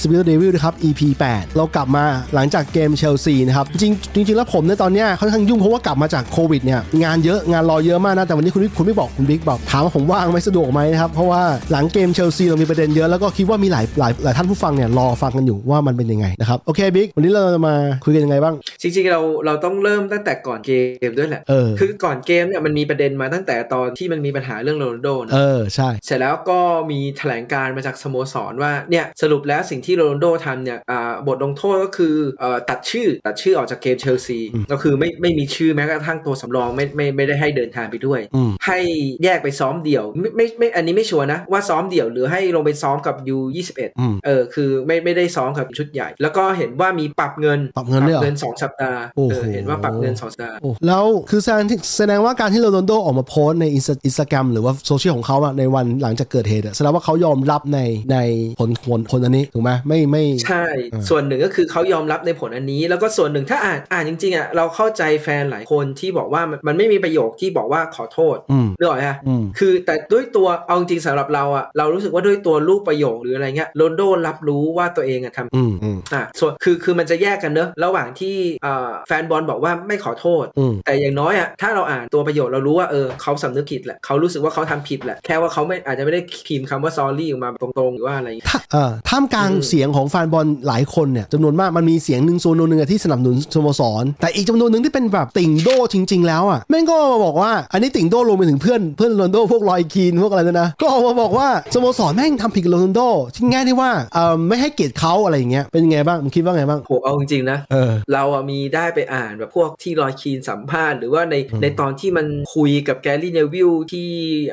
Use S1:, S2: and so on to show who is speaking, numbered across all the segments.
S1: สปิ r เดวิลนะครับ EP 8 เรากลับมาหลังจากเกมเชลซีนะครับ จริงจริง ๆ แล้วผมในยตอนเนี้ยค่อนข้างยุ่งเพราะว่ากลับมาจากโควิดเนี่ยงานเยอะงานรอเยอะมากนะ แต่วันนี้คุณบิ๊กคุณไม่บอกคุณบิ๊กบอกถามว่าผมว่างไหมสะดวกไหมนะครับ เพราะว่าหลังเกมเชลซีเรามีประเด็นเยอะ แล้วก็คิดว่ามีหลายหลายหลายท่านผู้ฟังเนี่ยรอฟังกันอยู่ว่ามันเป็นยังไงนะครับโอเคบิ๊กวันนี้เราจะมาคุยกันยังไงบ้าง
S2: จริงๆเราเราต้องเริ่มตั้งแต่ก่อนเกมด้วยแหละ
S1: เออ
S2: คือก่อนเกมเนี่ยมันมีประเด็นมาตั้งแต่ตอนที่มันมีปัญหาเรื่องโรนัลโดนะ
S1: เออใช่
S2: เสร็จแล้วก็มีแถลงการณ์มาจากสโมสรว่าเนี่ยสรุปแล้วสิ่งที่โรนลโดทำเนี่ยอ่าบทลงโทษก็คือเอ่อตัดชื่อตัดชื่อออกจากเกมเชลซี
S1: อืม
S2: ก็คือไม่ไม่มีชื่อแม้กระทั่งตัวสำรองไม่ไม่ไม่ได้ให้เดินทางไปด้วย
S1: อืม
S2: ให้แยกไปซ้อมเดี่ยวไม่ไม่ไม่อันนี้ไม่ชัวร์นะว่าซ้อมเดี่ยวหรือให้ลงไปซ้อมกับ U21
S1: อืม
S2: เออคือไม่ไม่ได้ซ้อมกับชุดใหญ่ แล้วก็เห็นว่ามีปรับเงิน
S1: ปรับเงินด้วยเหรอ
S2: สองสัปดาห์
S1: โอ้โห
S2: เออเห็นว่าปรับเงินสองสัปดาห์
S1: โอ้แล้วคือแสดงที่แสดงว่าการที่โรนัลโดออกมาโพสต์ในอินสตาแกรมหรือว่าโซเชียลของเขาอะในวันหลังจากเกิดเหตุอะแสดงว่าเขายอมรับในในผลผลผลอันนี้ถูกไหมไม่ไม่
S2: ใช่
S1: อ่า
S2: ส่วนหนึ่งก็คือเขายอมรับในผลอันนี้ แล้วก็ส่วนหนึ่งถ้าอ่านอ่านจริงๆอ่ะเราเข้าใจแฟนหลายคนที่บอกว่ามันมันไม่มีประโยคที่บอกว่าขอโทษ
S1: อืม
S2: เนกออกไหมฮะ
S1: อืม
S2: คือแต่ด้วยตัวเอาจริงๆสำหรับเราอ่ะเรารู้สึกว่าด้วยตัวลูกประโยคหรืออะไรเงี้ยโรนลโดรับรู้ว่าตัวเองอ่ะทำ
S1: อืมอืม
S2: อ่ะส่วนคือคือมันจะแยกกันเนอะระหว่างที่อ่าแฟนบอลบอกว่าไม่ขอโทษ
S1: อืม
S2: แต่อย่างน้อยอ่ะถ้าเราอ่านตัวประโยคเรารู้ว่าเออเขาสำนึกผิดแหละเขารู้สึกว่าเขาทำผิดแหละแค่ว่าเขาไม่อาจจะไม่ได้พิมพ์คำว่า sorry ออกมาตรงๆหรือว่าอะไร
S1: ถ้าเอ่อท่ามกลาง
S2: อืม
S1: เสียงของแฟนบอลหลายคนเนี่ยจำนวนมากมันมีเสียงหนึ่งโซนหนึ่งอะที่สนับสนุนสโมสร แต่อีกจำนวนหนึ่งที่เป็นแบบติ่งโดจริง ๆ แล้วอ่ะแม่งก็มาบอกว่าอันนี้ติ่งโดรวมไปถึงเพื่อนเพื่อนโรนลโดพวกลอยคีนพวกอะไรนะนะก็ออกมาบอกว่าสโมสรแม่งทำผิดกับโรนลโดที่ง่ายที่ว่าเอ่อไม่ให้เกียรติเขาอะไรอย่างเงี้ยเป็นยังไงบ้างมึงคิดว่าไงบ้าง
S2: โหเอาจริงๆนะ
S1: เออ
S2: เราอะมีได้ไปอ่านแบบพวกที่รอยคีนสัมภาษณ์หรือว่าในในตอนที่มันคุยกับแกรี่เนวิลที่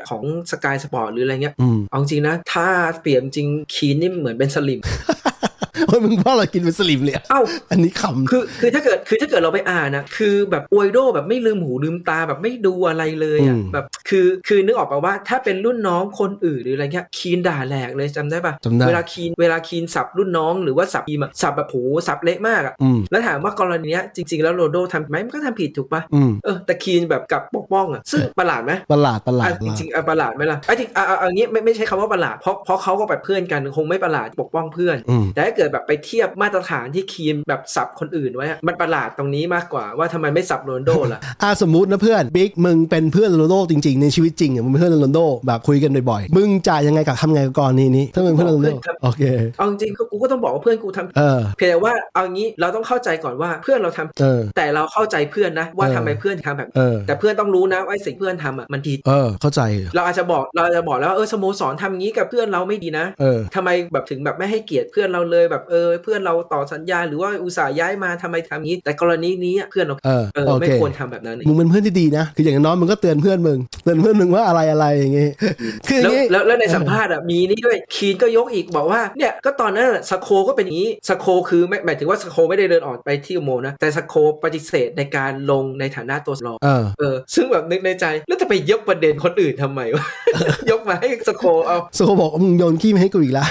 S2: ของสกายสปอร์ตหรืออะไรเงี้ย
S1: อืม
S2: เอาจริงนะ ถ้าเปรียบจริงคีนนี่เหมือนเป็นสลิม
S1: เฮ้ยมึงว่าเรากินเป็นสลิมเลยอะ
S2: เอ้า
S1: อันนี้ขำ
S2: คือคือถ้าเกิดคือถ้าเกิดเราไปอ่านนะคือแบบอวยโดแบบไม่ลืมหูลืมตาแบบไม่ดูอะไรเลยอ่ะ
S1: อืม
S2: แบบคือคือนึกออกป่ว่าถ้าเป็นรุ่นน้องคนอื่นหรืออะไรเงี้ยคีนด่าแหลกเลยจำได้ปะ
S1: จำได้
S2: เวลาคีนเวลาคีนสับรุ่นน้องหรือว่าสับทีมอะสับแบบโหสับเละมากอะ
S1: อืม
S2: แล้วถามว่ากรณีเนี้ยจริง ๆ แล้วโรนัลโดทำไหมมันก็ทำผิดถูกปะ
S1: อืม
S2: เออแต่คีนแบบกลับปกป้องอ่ะซึ่งประหลาดไหม
S1: ประหลาดประหลา
S2: อ่ะ
S1: ดป
S2: จ
S1: ระหลาด
S2: ริงๆอ่ะประหลาดไหมล่ะไอ้จริงอ่ะอ่ะเอย่างงี้ไม่ไม่ใช่คำว่าประหลาดเพราะเพราะเขาก็แบบเพื่อนกันคงไม่ประหลาดปกป้องเพื่อน
S1: อืม
S2: แต่ถ้าเกิดแบบไปเทียบมาตรฐานที่คีนแบบสับคนอื่นไว้อะมันประหลาดตรงนี้มากกว่าว่าทำไมไม่สับโรนลโด ล่ะ
S1: อ่าสมมตินะเพื่อนบิ๊กมึงเป็นเพื่อนโรนลโดจริงๆในชีวิตจริงอ่ะมึงเป็นเพื่อนโรนลโดแบบคุยกันบ่อยๆมึงจะยังไงกับทำไงกับกรณีนี้ถ้ามึงเป็นเพื่อนโรนลโด
S2: ครับ
S1: โอเค
S2: เอาจริงๆก็กูก็ต้องบอกว่าเพื่อนกูทำ
S1: เออ
S2: เพียงแต่ว่าเอางี้เราต้องเข้าใจก่อนว่าเพื่อนเราทำ
S1: เออ
S2: แต่เราเข้าใจเพื่อนนะว่า
S1: เออ
S2: ทำไมเพื่อนถึงทำแบบ
S1: เออ
S2: แต่เพื่อนต้องรู้นะว่าไอ้สิ่งเพื่อนทำอ่ะมันผิด
S1: เออเข้าใจ
S2: เราอาจจะบอกเราอาจจะบอกแล้วว่าเออสโมสรทำงี้กับเพื่อนเราไม่ดีนะ
S1: เออ
S2: ทำไมแบบถึงแบบไม่ให้เกียรติเพื่อนเราเลยแบบเออเพื่อนเราต่อสัญญาหรือว่าอุตส่าห์ย้ายมาทำไมทำงี้ แต่กรณีนี้อะเพื่อนเรา
S1: เออ
S2: เออ
S1: โอ
S2: ไม่
S1: เค
S2: ควรทำแบบนั้น
S1: มึงเป็นเพื่อนที่ดีนะคืออย่างน้อยมึงก็เตือนเพื่อนมึงเตือนเพื่อนมึงว่าอะไรอะไรอย่างงี้คืออ
S2: แล้
S1: ย่าว งงี้
S2: แล้วแล้วในสัมภาษณ์อ่ะมีนี่ด้วยคีนก็ยกอีกบอกว่าเนี่ยก็ตอนนั้นอะสโคก็เป็นอย่างนี้สโคคือไม่หมายถึงว่าสโคไม่ได้เดินออกไปที่อุโมงค์นะแต่สโคปฏิเสธในการลงในฐานะตัวรอง
S1: เออ
S2: เออซึ่งแบบนึกในใจแล้วจะไปยกประเด็นคนอื่นทำไมวะ ยกมาให้สโคเอา
S1: โซบอกมึงโยนขี้มาให้กูอีกละ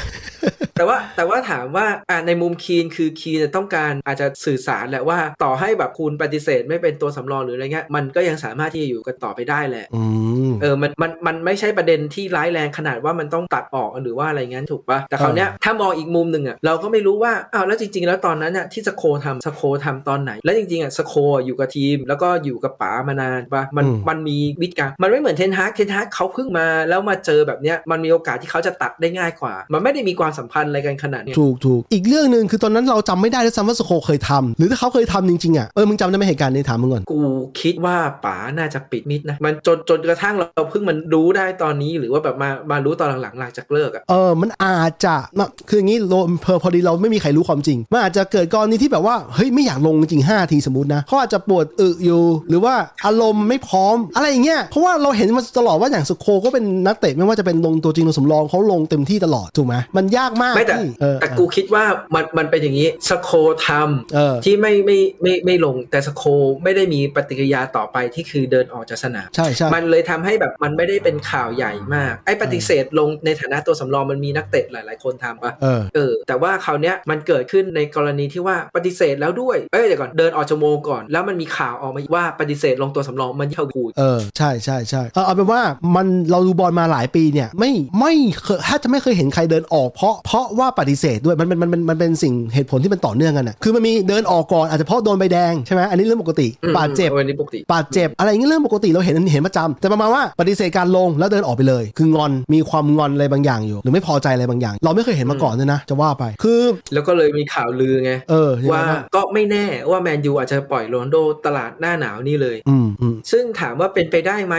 S2: แต่ว่าแต่ว่าถามว่าอ่ะในมุมคีนคือคีนจะต้องการอาจจะสื่อสารแหละว่าต่อให้แบบคุณปฏิเสธไม่เป็นตัวสำรองหรืออะไรเงี้ยมันก็ยังสามารถที่จะอยู่กันต่อไปได้แหละ
S1: อืม
S2: เออมันมันมันไม่ใช่ประเด็นที่ร้ายแรงขนาดว่ามันต้องตัดออกหรือว่าอะไรงั้นถูกปะแต่คราวเนี้ยถ้ามองอีกมุมหนึ่งอ่ะเราก็ไม่รู้ว่าอ้าวแล้วจริง ๆ แล้วตอนนั้นอ่ะที่สโคทำสโคทำตอนไหน แล้วจริงๆอ่ะสโคอ่ะอยู่กับทีม แล้วก็อยู่กับป๋ามานานปะมัน
S1: อืม
S2: มันมีวิธีการมันไม่เหมือนเทนฮากเทนฮากเขาเพิ่งมาแล้วมาเจอแบบเนี้ยมันมีโอกาสที่เขาจะตัดได้ง่ายกว่า มันไม่ได้มีความสัมพันธ์อะไรกันขนาดเนี้ย
S1: ถูกถูกอีกเรื่องหนึ่งคือตอนนั้นเราจำไม่ได้ด้วยซ้ำว่าสโคเคยทำหรือถ้าเขาเคยทำจริงๆอ่ะเออมึงจำได้ไหมเหตุการณ์นี้ถามมึงก่อน
S2: กูคิดว่าป๋าน่าจะปิดมิดนะ มันจนจนกระทั่งเราเพิ่งมันรู้ได้ตอนนี้หรือว่าแบบมามารู้ตอนหลังๆหลังจากเลิกอะ
S1: เออ มันอาจจะมาคืออย่างนี้โลเพอพอดีเราไม่มีใครรู้ความจริง มันอาจจะเกิดกรณีที่แบบว่า เฮ้ย ไม่อยากลงจริงๆ5ทีสมมตินะเขาอาจจะปวดอึอยู่ หรือว่าอารมณ์ไม่พร้อม อะไรอย่างเงี้ย เพราะว่าเราเห็นมาตลอดว่าอย่างสโคก็เป็นนักเตะไม่ว่าจะเป็นลงตัวจริงลงสำรองเขาลงเต็มที่ตลอด ถูกไหมมันยากมาก าก
S2: ไม่แต่
S1: พี่เออ
S2: แต่กูคิดว่ามันมันเป็นอย่างนี้สโคท
S1: เออ
S2: ำที่ไม่ไม่ไม่ไม่ลงแต่สโคไม่ได้มีปฏิกิริยาต่อไปที่คือเดินออกจากสนาม
S1: ใช่ใช่
S2: มันเลยทำให้แบบมันไม่ได้เป็นข่าวใหญ่มาก ไอ้ปฏิเสธลงในฐานะตัวสำรองมันมีนักเตะหลาย ๆ คนทำปะ
S1: เออ
S2: เออ แต่ว่าคราวเนี้ยมันเกิดขึ้นในกรณีที่ว่าปฏิเสธแล้วด้วย เอ้ยเดี๋ยวก่อนเดินออกจากโมงก่อน แล้วมันมีข่าวออกมาอีกว่าปฏิเสธลงตัวสำรองมันเท่ากู
S1: เออใช่ใช่ใช่เออเอาเป็นว่ามันเราดูบอลมาหลายปีเนี่ยไม่ไม่เคยแทบจะไม่เคยเห็นใครเดินออกเพราะเพราะว่าปฏิเสธด้วยมันมันมันมันมันเป็นสิ่งเหตุผลที่มันต่อเนื่องกันอ่ะคือมันมีเดินออกก่อนอาจจะเพราะโดนใบแดงใช่ไหมอันนี้เรื่องปกติบาดเจ็บ
S2: ออวันนี้ปกติ
S1: บาดเจ็บอะไรอย่างเงี้ยเรื่องปกติเราเห็นเห็นประจำแต่ประมาณว่าปฏิเสธการลงแล้วเดินออกไปเลย คืองอนมีความงอนอะไรบางอย่างอยู่ หรือไม่พอใจอะไรบางอย่าง เราไม่เคยเห็นมาก่อนเลยนะ จะว่าไปคือ
S2: แล้วก็เลยมีข่าวลือไง
S1: เออยังไง
S2: ว่า
S1: บ้าง
S2: ก็ไม่แน่ว่าแมนยูอาจจะปล่อยโรนลโดตลาดหน้าหนาวนี่เลย
S1: อืมอืม
S2: ซึ่งถามว่าเป็นไปได้ไหม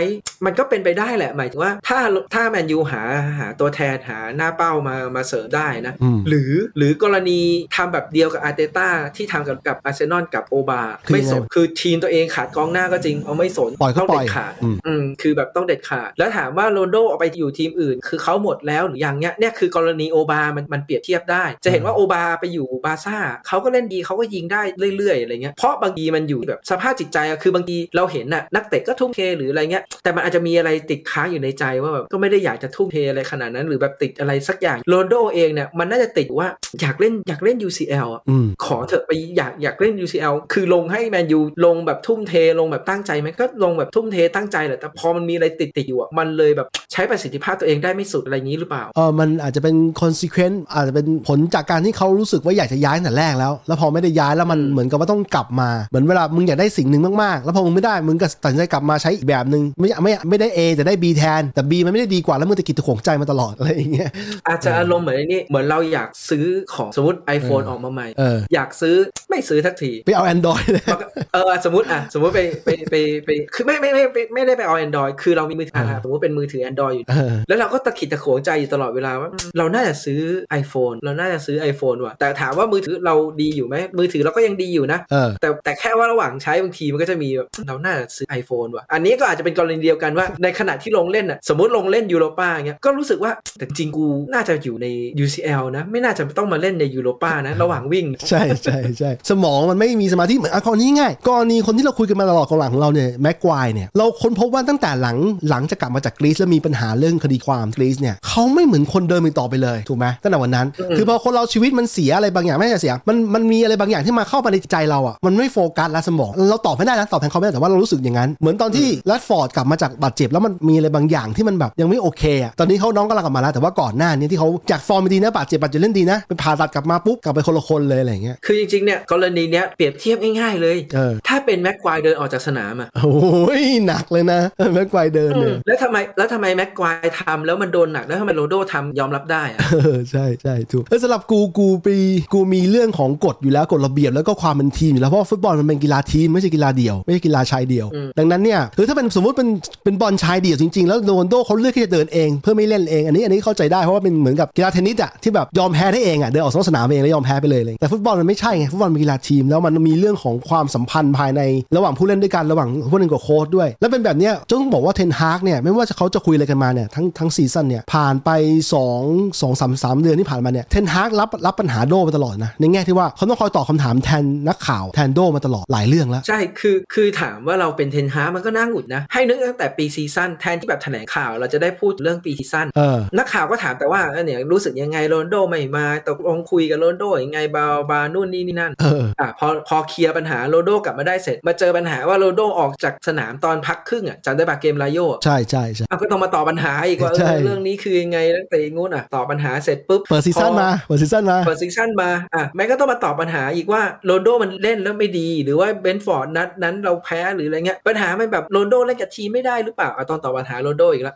S2: มันก็เป็นไปได้แหละ หมายถึงว่าถ้าถ้าแมนยูหาหาตัวแทนหาหน้าเป้ามามาเสริมได้นะ
S1: อืม
S2: หรือหรือกรณีทำแบบเดียวกับอาร์เตต้าที่ทำกับกับอาร์เซนอลกับโอบา
S1: คือ
S2: ไม่สน
S1: ยังไง
S2: คือทีมตัวเองขาดกองหน้าก็จริง เอาไม่สน
S1: ปล่อยก็
S2: ต้อง
S1: ปล่
S2: เด็
S1: อย
S2: ดขาด
S1: อืม
S2: อืมคือแบบต้องเด็ดขาด แล้วถามว่าโรนลโดออกไปอยู่ทีมอื่น คือเขาหมดแล้วหรือยังเนี้ยเนี่ยคือกรณีโอบามันมันเปรียบเทียบได้ จะเห็นว่าโอบาไปอยู่บาร์ซ่าเขาก็เล่นดีเขาก็ยิงได้เรื่อยๆอะไรเงี้ยเพราะบางทีมันอยู่แบบสภาพจิตใจอะคือบางทีเราเห็นน่ะนักเตะก็ทุ่มเทหรืออะไรเงี้ยแต่มันอาจจะมีอะไรติดค้างอยู่ในใจว่าแบบก็ไม่ได้อยากจะทุ่มเทอะไรขนาดนั้น หรือแบบติดอะไรสักอย่างโรนลโดเองเนี่ยมันน่าจะติดว่าอยากเล่นอยากเล่น UCL อะ
S1: อืม
S2: ขอเถอะไปอยากอยากเล่น UCL คือลงให้แมนยูลงแบบทุ่มเทลงแบบตั้งใจไหมก็ลงแบบทุ่มเทตั้งใจแหละแต่พอมันมีอะไรติดติดๆอยู่อ่ะ มันเลยแบบใช้ประสิทธิภาพตัวเองได้ไม่สุดอะไรอย่างนี้หรือเปล่า
S1: เออมันอาจจะเป็น consequence อาจจะเป็นผลจากการที่เขารู้สึกว่าอยากจะย้ายตั้งแต่แรกแล้ว แล้วพอไม่ได้ย้ายแล้วมัน
S2: อืม
S1: เหมือนกับว่าต้องกลับมา เหมือนเวลามึงอยากได้สิ่งหนึ่งมากๆ แล้วพอมึงไม่ได้ มึงก็ตัดสินใจกลับมาใช้อีกแบบหนึ่งไม่ไม่ไม่ได้ A แต่ได้ B แทน แต่ B มันไม่ได้ดีกว่าแล้วมึงจะกิดตะขวงใจมาตลอดอะไรอย่างเงี้ย
S2: อาจจะอารมณ์เหมือนไอ้นี่เหมือนเราอยากซื้อของสมมติ iPhone
S1: เออ
S2: ออกมาใหม่
S1: เออ
S2: อยากซื้อไม่ซื้อทักที
S1: ไปเอา Android เลย
S2: มันก็เออสมมติอ่ะสมมติไปไปไปไปคือไม่ไม่ไม่ไม่ไม่ได้ไปเอา Android คือเรามีมือถืออ่ะ
S1: เออ
S2: สมมติเป็นมือถือ Android อยู่
S1: เออ
S2: แล้วเราก็ตะขิดตะขวงใจอยู่ตลอดเวลาว่าอืมเราน่าจะซื้อ iPhone เราน่าจะซื้อ iPhone ว่ะ แต่ถามว่ามือถือเราดีอยู่ไหมมือถือเราก็ยังดีอยู่นะ
S1: เออ
S2: แต่แต่แค่ว่าระหว่างใช้บางทีมันก็จะมีแบบเราน่าจะซื้อ iPhone ว่ะ อันนี้ก็อาจจะเป็นกรณีเดียวกันว่า ในขณะที่ลงเล่นน่ะสมมติลงเล่นยูโรป้าเงี้ยก็รู้สึกว่าแต่จริงกูน่าจะอยู่ใน UCL นะ ไม่น่าจะต้องมาเล่นในยูโรป้านะ ระหว่างวิ่ง
S1: ใช่ใช่ใช่สมองมันไม่มีสมาธิเหมือนอ่ะกรณีง่ายกรณีคนที่เราคุยกันมาตลอดกองหลังของเราเนี่ยแม็กควายเนี่ยเราค้นพบว่าตั้งแต่หลังหลังจะกลับมาจากกรีซแล้วมีปัญหาเรื่องคดีความกรีซเนี่ยเขาไม่เหมือนคนเดิมอีกต่อไปเลยถูกไหมตั้งแต่วันนั้น
S2: อืม
S1: คือพอคนเราชีวิตมันเสียอะไรบางอย่างไม่ใช่เสียมันมันมีอะไรบางอย่างที่มาเข้ามาในใจเราอ่ะมันไม่โฟกัสและสมองเราตอบไม่ได้นะตอบแทนเขาไม่ได้แต่ว่าเรารู้สึกอย่างนั้น เหมือนตอนที่แรดฟอร์ดกลับมาจากบาดเจ็บแล้วมันมีอะไรบางอย่างที่มันแบบยังไม่โอเคอ่ะตอนนี้เขาน้องกำลังกลับมาแล้วแต่ว่าก่อนหน้านี้ที่เขาจากฟอร์มดีนะบาดเจ็บบาดเจ็บเล่นดีนะไปผ่าตัดกลับมาปุ๊บกลับไปคนละคนเลยอะไรอย่างเงี้ย
S2: คือจริงๆเนี่ยกรณีเนี้ยเปรียบเทียบง่ายๆเลย
S1: เออ
S2: ถ้าเป็นแม็กควายเดินออกจากสนามอะ
S1: โอ้ยหนักเลยนะแม็กไกวเดินเนี่ย
S2: แล้วทำไมแล้วทำไมแม็กควายทำแล้วมันโดนหนักแล้วทำไมโรนัลโดทำยอมรับได้อะ
S1: เออ ใช่ใช่ถูกแล้วสำหรับกูกูปีกูมีเรื่องของกฎอยู่แล้วกฎระเบียบแล้วก็ความเป็นทีมอยู่แล้วเพราะว่าฟุตบอลมันเป็นกีฬาทีมไม่ใช่กีฬาเดี่ยวไม่ใช่กีฬาชายเดี่ยว
S2: อืม
S1: ดังนั้นเนี่ยคือถ้าเป็นสมมติเป็นเป็นบอลชายเดี่ยวจริงๆ แล้วโรนลโดเขาเลือกที่จะเดินเองเพื่อไม่เล่นเองอันนี้อันนี้เข้าใจได้เพราะว่าเป็นเหมือนกับกีฬาเทนนิสอะที่แบบยอมแพ้ได้เองอะเดินออกสนามเองแล้วยอมแพ้ไปเลยเลยแต่ฟุตบอลมันไม่ใช่ไงฟุตบอลเป็นกีฬาทีมแล้วมันมีเรื่องของความสัมพันธ์ภายในระหว่างผู้เล่นด้วยกันระหว่างผู้เล่นกับโค้ชด้วย แล้วเป็นแบบเนี้ยจนต้องบอกว่าเทนฮากเนี่ยไม่ว่าจะเขาจะคุยอะไรกันมาเนี่ยทั้งทั้งซีซั่นเนี่ยผ่านไป2 2 3 3เดือนที่ผ่านมาเนี่ยเทนฮากรับรับปัญหาโดมาตลอดนะในแง่ที่ว่าเขาต้องคอยตอบคำถามแทนนักข่าวแทนโดมาตลอดหลายเรื่องแล้ว
S2: ใช่ คือ คือถามว่าเราเป็นเทนฮามันก็น่าหงุดนะ ให้นึกตั้งแต่ปีซีซั่นแทนที่แบบแถลงข่าว เราจะได้พูดเรื่องปีซีซั่น
S1: เออ
S2: นักข่าวก็ถามแต่ว่าเออเนี่ยรู้สึกยังไงโรนลโดไม่มา ตกลงคุยกับโรนลโดยังไงบาบานู่นนี่นี่นั่น
S1: เออ
S2: อ่ะพอพอเคลียร์ปัญหาโรนลโดกลับมาได้เสร็จ มาเจอปัญหาว่าโรนลโดออกจากสนามตอนพักครึ่งอ่ะจำได้ปะเกมลาโยอ่ะ
S1: ใช่ใช่ใช่
S2: อ่ะก็ต้องมาต่อปัญหาอีกว่าเอ
S1: ใช่
S2: อเรื่องนี้คือยังไงตั้งแต่งู้นอ่ะต่อปัญหาเสร็จปุ๊บ
S1: เปิดซีซั่นมาเปิดซีซั่นมา
S2: เปิดซีซั่นมา อ่ะ แม่ก็ต้องมาตอบปัญหาอีกว่าโรนโดมันเล่นแล้วไม่ดี หรือว่าเบนฟอร์ดนัดนั้นเราแพ้หรืออะไรเงี้ย ปัญหามันแบบโรนโดเล่นกับทีมไม่ได้หรือเปล่าอ่ะต้องตอบปัญหาโรนโดอีกแล้ว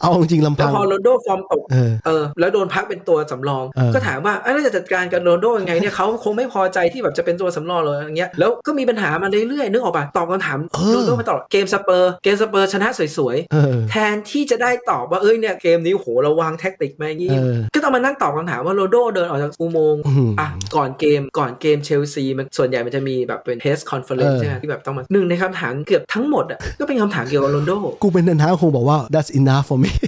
S1: เอาจริงๆลำพั
S2: แล้ว
S1: ง
S2: พอโรนโดฟอร์มตก
S1: เออ
S2: เออ แล้วโดนพักเป็นตัวสำรอง
S1: เออ
S2: ก็ถามว่าเอ้ยแล้วจะจัดการกับโรนโดยังไงเนี่ยเขาคงไม่พอใจที่แบบจะเป็นตัวสำรองเลยอย่างเงี้ย แล้วก็มีปัญหามาเรื่อยๆ นึกออกป่ะ ตอบคำถามโรนโดมาตลอด เกมสเปอร์ เกมสเปอร์ชนะสวยๆ
S1: เออ
S2: แทนที่จะได้ตอบว่าเอ้ยเนี่ยเกมนี้โหเราวางแท็กติกมาอย่างงี้
S1: เออ
S2: ก็ต้องมานั่งตอบคำถามว่าโรนัลโดเดินออกจากอุโมงค์
S1: อืม
S2: อ่ะก่อนเกมก่อนเกมเชลซีมันส่วนใหญ่มันจะมีแบบเป็นเพสคอนเฟอเรน
S1: เออ
S2: ซ์ใช่ไหมที่แบบต้องมาหนึ่งในคำถามเกือบทั้งหมดอ่ะก็เป็นคำถามเกี่ยวกับโรนัลโด
S1: กูเป็นเดนฮาร์คงบอกว่า that's enough for me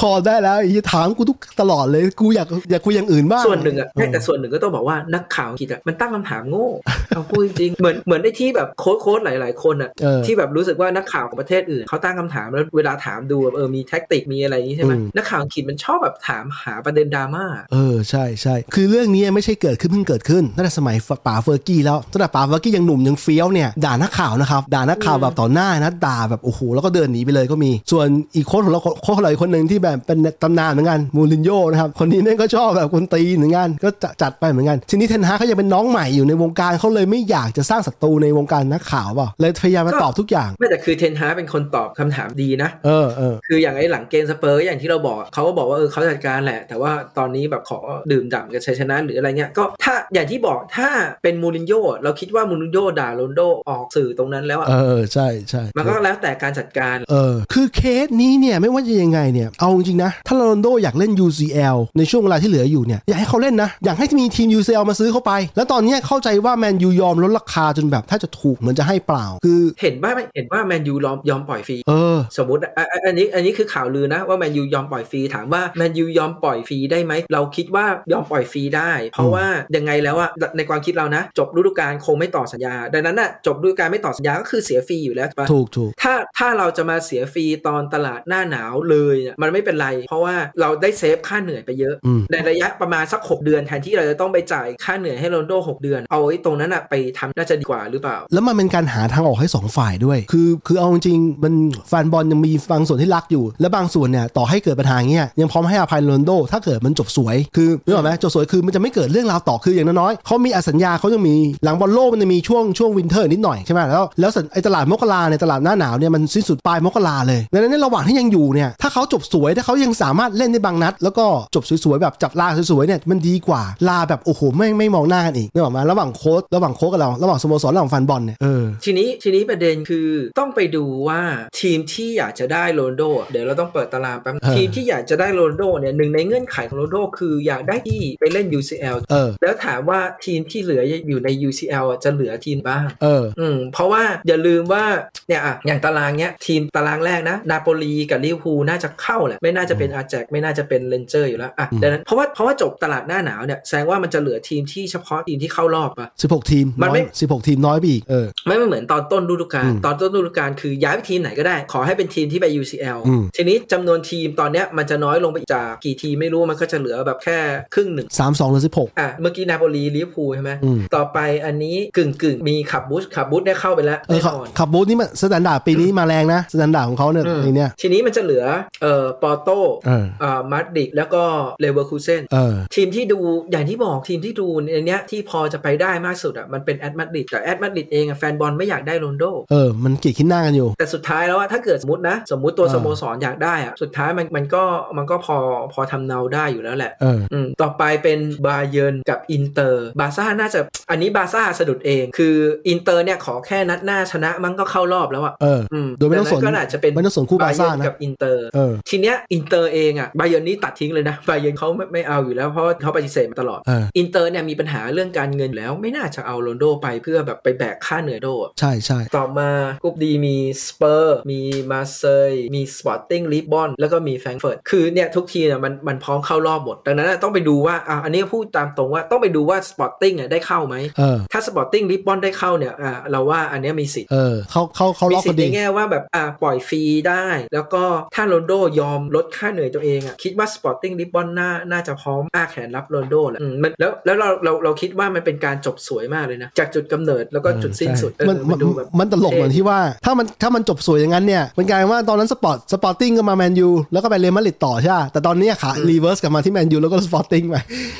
S1: พอ อได้แล้วไอ้เหี้ยถามกูทุกตลอดเลยกูอยากอยากคุยอย่างอื่นบ้าง
S2: ส่วนหนึ่งอ่ะใช่แต่ส่วนหนึ่งก็ต้องบอกว่านักข่าวอังกิจอะมันตั้งคำถามโง่ เอาพูดจริงๆเหมือนเหมือนในที่แบบโค้ชโค้ชหลาย ๆ คนอ่ะ
S1: เออ
S2: ที่แบบรู้สึกว่านักข่าวของประเทศอื่นเขาตั้งคำถามแล้วเวลาถามดูแบบเออมีแท็กติกมีอะไรอย่างนี้ใช่ไหม
S1: อืม
S2: นักข่าวอังกิจมันชอบแบบถามหาประเด็นดราม่า
S1: เออใช่ใช่คือเรื่องนี้ไม่ใช่เกิดขึ้นเพิ่งเกิดขึ้นตั้งแต่สมัยป๋าเฟอร์กี้แล้วตั้งแต่ป๋าเฟอร์กี้ยังหนุ่มยังเฟี้ยวเนี่ยด่านักข่าวนะครับด่านักข่าวแบบต่อหน้านะด่าแบบโอ้โหแล้วก็เดินหนีไปเลยก็มี ส่วนอีกโค้ชของเราโค้ชของเราอีกคนหนึ่งที่แบบเป็นตำนานเหมือนกันมูรินโญ่นะครับคนนี้แม่งก็ชอบแบบคนตีเหมือนกันก็จะจัดไปเหมือนกันทีนี้เทนฮากเขายังเป็นน้องใหม่อยู่ในวงการเขาเลยไม่อยากจะสร้างศัตรูในวงการนักข่าวเปล่าเลยพยายามมาตอบทุกอย่าง
S2: ไม่แต่คือเทนฮาเป็นคนตอบคำถามดีนะ
S1: เออเออ
S2: คืออย่างไอ้หลังเกมสเปอร์ก็อย่างที่เราบอกอะเขาก็บอกว่าเออเขาจัดการแหละ แต่ว่าตอนนี้แบบขอดื่มด่ำกับชัยชนะหรืออะไรเงี้ยก็ถ้าอย่างที่บอกถ้าเป็นมูรินโญ่อะเราคิดว่ามูรินโญ่ด่าโรนโดออกสื่อตรงนั้นแล้วอะ
S1: เออใช่ใช่
S2: มันก็แล้วแต่การจัดการ
S1: เออคือเคสนี้เนี่ยไม่ว่าจะยังไงเนี่ยเอาจริงๆนะ ถ้าโรนลโดอยากเล่น UCL ในช่วงเวลาที่เหลืออยู่เนี่ยอยากให้เขาเล่นนะ อยากให้มีทีม UCL มาซื้อเข้าไป แล้วตอนเนี้ยเข้าใจว่าแมนยูยอมลดราคาจนแบบถ้าจะถูกเหมือนจะให้เปล่า คือ
S2: เห็นว่าไหม่เห็นว่าแมนยูยอมยอมปล่อยฟรี
S1: เออ
S2: สมมติอะอ่ะอ่ะอันนี้อันนี้คือข่าวลือนะว่าแมนยูยอมปล่อยฟรีถามว่าแมนยูยอมปล่อยฟรีได้ไหมเราคิดว่ายอมปล่อยฟรีได้ เพ
S1: อื
S2: ราะ
S1: ม
S2: ว่ายังไงแล้วอะในความคิดเรานะ จบฤดูกาลคงไม่ต่อสัญญา ดังนั้นอะจบฤดูกาลไม่ต่อสัญญาก็คือเสียฟรีอยู่แล้วถูกปะ
S1: ถูกถูก
S2: ถ้าถ้าเราจะมาเสียฟรีตอนตลาดหน้าหนาวเลยเนี่ยมันไม่เป็นไร เพราะว่าเราได้เซฟค่าเหนื่อยไปเยอะ
S1: อืม
S2: ในระยะประมาณสัก 6 เดือนแทนที่เราจะต้องไปจ่ายค่าเหนื่อยให้โรนลโด 6 เดือน เอาไอ้ตรงนั้นอะไปทำน่าจะดีกว่าหรือเปล่า
S1: แล้วมันเป็นการหาทางออกให้สองฝ่ายด้วย คือคือเอาจริงๆมันแฟนบอลยังมีบางส่วนที่รักอยู่ และบางส่วนเนี่ยต่อให้เกิดปัญหาเงี้ยยังพร้อมให้อภัยโรนลโด ถ้าเกิดมันจบสวย คือนึกออกไหมจบสวยคือมันจะไม่เกิดเรื่องราวต่อคืออย่างน้อยๆเขามีอสัญญาเขายังมีหลังบอลโลกมันจะมีช่วงช่วงวินเทอร์นิดหน่อยใช่ไหมแล้วแล้วสัญไอตลาดมกราเนี่ยตลาดหน้าหนาวเนี่ยมันสิ้นสุดปลายมกราเลยดังนั้นในระหว่างที่ยังอยู่เนี่ยถ้าเขาจบสวยถ้าเขายังสามารถเล่นได้บางนัด แล้วก็จบสวยๆแบบจับลาสวยๆเนี่ยมันดีกว่าลาแบบโอ้โหไม่ไม่มองหน้ากันอีกนึกออกไหมระหว่างโค้ชระหว่างโค้ชกับเราระหว่างสโมสรระหว่างแฟนบอลเนี่ยเออ
S2: ทีนี้ทีนี้ประเด็นคือต้องไปดูว่าทีมที่อยากจะได้โรนลโดอะเดี๋ยวเราต้องเปิดตารางแป๊บ
S1: เออ
S2: ทีมที่อยากจะได้โรนลโดเนี่ยหนึ่งในเงื่อนไขของโรนลโดคืออยากได้ที่ไปเล่น UCL
S1: เออ
S2: แล้วถามว่าทีมที่เหลืออยู่ใน UCL อะจะเหลือทีมบ้าง
S1: เออ
S2: อืมเพราะว่าอย่าลืมว่าเนี่ยอะอย่างตารางเนี้ยทีมตารางแรกนะ นาโปลีกับลิเวอร์พูลน่าจะเข้าแหละ ไม่น่าจะเป็นอาแจกไม่น่าจะเป็นเลนเจอร์อยู่แล้วอ่ะ
S1: อืม
S2: ดังนั้นเพราะว่าเพราะว่าจบตลาดหน้าหนาวเนี่ยแสดงว่ามันจะเหลือทีมที่เฉพาะทีมที่เข้ารอบปะ
S1: 16 ทีม
S2: มัน
S1: น้อ
S2: ไม่
S1: ย16 ทีมน้อยไปอีกเออ
S2: ไม่ไม่เหมือนตอนต้นฤดูกาล
S1: อืม
S2: ตอนต้นฤดูกาลคือย้ายไปทีมไหนก็ได้ ขอให้เป็นทีมที่ไป UCL
S1: อืม
S2: ทีนี้จำนวนทีมตอนเนี้ยมันจะน้อยลงไปอีกจากกี่ทีมไม่รู้มันก็จะเหลือแบบแค่ครึ่งหนึ่ง
S1: 32หรือ16
S2: อ่ะเมื่อกี้นาโปลีลิเวอร์พูลใช่ไหม
S1: อืม
S2: ต่อไปอันนี้กึ่งกึ่งๆมีขับบูชขับบูชได้เข้าไปแล้ว
S1: เออ
S2: แน่
S1: ขับ
S2: นอน
S1: ขับบูธนี่มันสแตนดาร์ดปีนี้มาแรงนะสแตนดาร์ดของเขาเนี่ย
S2: อืม
S1: ในเนี้ย
S2: ทีนี้มันจะเหลือเอ่อปอร์โต
S1: เออ
S2: เอ่อมาดริดแล้วก็เลเวอร์คูเซน
S1: เออ
S2: ทีมที่ดูอย่างที่บอกทีมที่ดูในเนี้ยที่พอจะไปได้มากสุดอ่ะมันเป็นแอตมาดริดแต่แอตมาดริดเองอะแฟนบอลไม่อยากได้โรนลโด
S1: เออ มันเกลียดขี้หน้ากันอยู่
S2: แต่สุดท้ายแล้วอะถ้าเกิดสมมตินะ สมมติตัว
S1: อ่า
S2: สโมสรอยากได้อ่ะสุดท้ายมันมันก็มันก็พอพอทำเนาได้อยู่แล้วแหละ
S1: เออ
S2: อืมต่อไปเป็นบาเยิร์นกับอินเตอร์บาซ่าน่าจะอันนี้บาซ่าสะดุดเอง คืออินเตอร์เนี่ยขอแค่นัดหน้าชนะมันก็เข้ารอบแล้วอ่ะ
S1: เออ
S2: อืม
S1: โดยไม่ต้องสน
S2: ดัก็อาจจะเป็น
S1: ไม่ต้องสนคู่บาซ่านะ
S2: เยิร์กับอินเตอร์
S1: เออ
S2: ทีเนี้ยอินเตอร์เองอะบาเยร์นนี่ตัดทิ้งเลยนะบาเยร์นเขาไม่ไม่เอาอยู่แล้วเพราะเขาปฏิเสธมาตลอด
S1: เออ
S2: อินเตอร์เนี่ยมีปัญหาเรื่องการเงินแล้วไม่น่าจะเอาโรนลโดไปเพื่อแบบไปแบกค่าเหนือยโดอะ
S1: ใช่ใช่
S2: ต่อมากรุ๊ปดีมีสเปอร์มีมาเซยมีสปอร์ติ้งลิบบอนแล้วก็มีแฟรงก์เฟิร์ตคือเนี่ยทุกทีมเนี่ยมันมันพร้อมเข้ารอบหมด ดังนั้นอะต้องไปดูว่าอ่ะอันนี้พูดตามตรงว่าต้องไปดูว่าสปอร์ติ้งเนี่ยได้เข้าไหม
S1: เออ
S2: ถ้าสปอร์ติ้งลิบบอนได้เข้าเนี่ยอ่ะเราว่าอันเนี้ยมีสิทธิ
S1: เออ เขาเขาเขา
S2: มี
S1: ล็อก
S2: สิท
S1: กัน
S2: ธิ์ใน
S1: ดี
S2: แง่ว่าแบบอ่าปล่อยฟรีได้ แล้วก็ถ้าโรนลโดยอมลดค่าเหนื่อยตัวเองอ่ะคิดว่าสปอร์ติ้งลิบบอนน่าน่าจะพร้อมอ้าแขนรับโรนลโดแหละอืมมันแล้วแล้วเราเราเราคิดว่ามันเป็นการจบสวยมากเลยนะ จากจุดกำเนิดแล้วก็จุดสิ้นสุดเออ
S1: มัน
S2: มั
S1: มัน
S2: นดูแบบ
S1: มันตลกเหมือนที่ว่า ถ้ามันถ้ามันจบสวยอย่างนั้นเนี่ย มันกลายเป็นว่าตอนนั้นสปอร์ตสปอร์ติ้งก็มาแมนยู แล้วก็ไปเรอัลมาดริดต่อใช่ปะแต่ตอนเนี้ยขารีเวิร์สกลับมาที่แมนยูแล้วก็สปอร์ติ้งไป